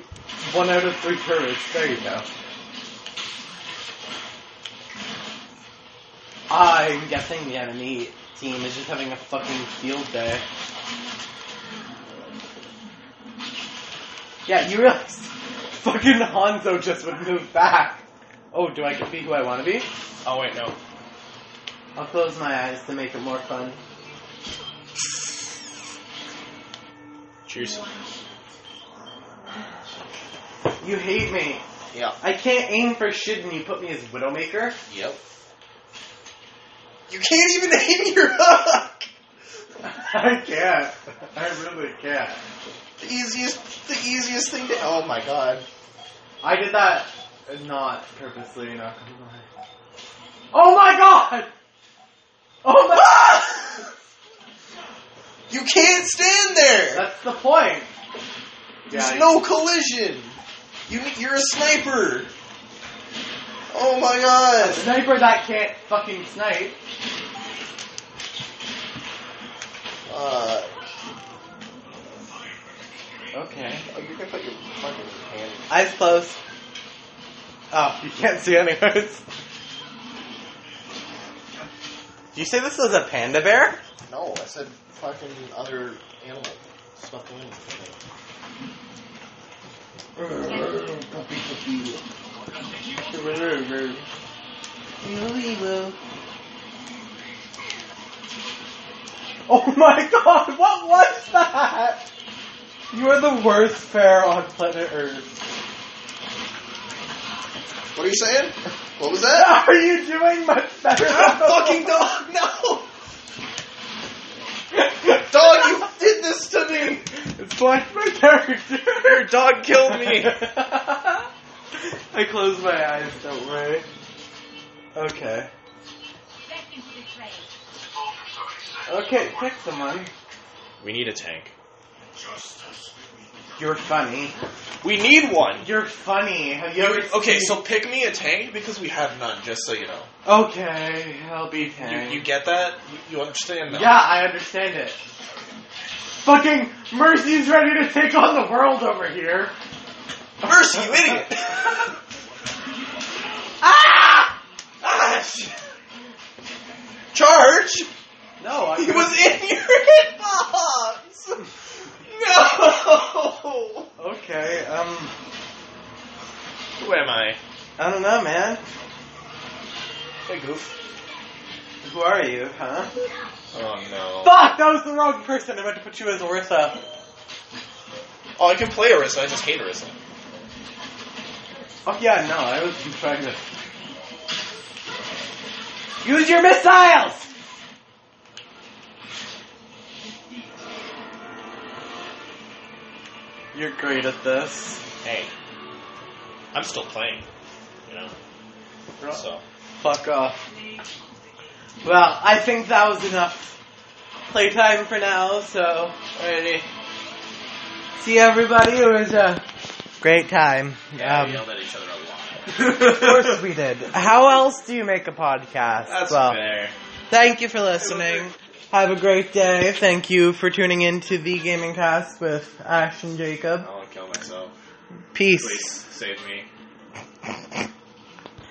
Speaker 2: one out of three turrets. There you go. Ah, I'm guessing the enemy team is just having a fucking field day. Yeah, you realize fucking Hanzo just would move back. Oh, do I get to be who I want to be?
Speaker 5: Oh, wait, no.
Speaker 2: I'll close my eyes to make it more fun.
Speaker 1: Cheers.
Speaker 2: You hate me.
Speaker 5: Yeah.
Speaker 2: I can't aim for shit and you put me as Widowmaker.
Speaker 5: Yep.
Speaker 3: You can't even aim your hook.
Speaker 2: I can't. I really can't.
Speaker 3: The easiest, the easiest thing to. Oh my god.
Speaker 2: I did that not purposely, not gonna lie. Oh my god! Oh my
Speaker 3: You can't stand there.
Speaker 2: That's the point.
Speaker 3: There's
Speaker 2: I-
Speaker 3: no collision. You ne- you're a sniper. Oh my god.
Speaker 2: sniper that can't fucking snipe.
Speaker 3: Uh,
Speaker 2: Okay.
Speaker 3: oh, you're gonna put your fucking hand.
Speaker 2: Eyes closed. Oh, you can't see anyways. Did you say this was a panda bear?
Speaker 3: No, I said fucking other animal. Stuff in.
Speaker 2: Oh Oh my god, what was that? You are the worst pair on planet Earth.
Speaker 3: What are you saying? What was that?
Speaker 2: Are you doing much better?
Speaker 3: fucking dog. No. Dog, you did this to me.
Speaker 2: It's like my character.
Speaker 1: Dog killed me.
Speaker 2: I closed my eyes, don't worry. Okay.
Speaker 4: Back into the train.
Speaker 2: Okay, pick someone.
Speaker 1: we need a tank.
Speaker 2: You're funny.
Speaker 1: We need one.
Speaker 2: You're funny. Have you ever
Speaker 1: Okay,
Speaker 2: seen-
Speaker 1: so pick me a tank because we have none. Just so you know.
Speaker 2: Okay, I'll be ten.
Speaker 1: You, you get that? You, you understand that?
Speaker 2: Yeah, I understand it. Fucking Mercy's ready to take on the world over here.
Speaker 3: Mercy, you idiot.
Speaker 2: Ah!
Speaker 3: Ah, sh- Charge.
Speaker 2: No, I
Speaker 3: He was in your hitbox! No!
Speaker 2: Okay, um,
Speaker 1: Who am I?
Speaker 2: I don't know, man.
Speaker 1: Hey, goof.
Speaker 2: Who are you, huh?
Speaker 1: Oh no.
Speaker 2: Fuck! That was the wrong person. I meant to put you as Orissa.
Speaker 1: Oh, I can play Orisa. I just hate Orisa.
Speaker 2: Oh yeah, no, I was trying to. Use your missiles! You're great at this.
Speaker 1: Hey, I'm still playing. You know. So
Speaker 2: Fuck off. Well, I think that was enough playtime for now, so. Alrighty. See everybody, it was a great time. Um,
Speaker 1: at each other a lot.
Speaker 2: of course we did. How else do you make a podcast?
Speaker 1: That's
Speaker 2: well,
Speaker 1: fair.
Speaker 2: thank you for listening. Have a great day. Thank you for tuning in to the Gaming Cast with Ash and Jacob.
Speaker 1: I want to kill myself.
Speaker 2: Peace.
Speaker 1: Please save me.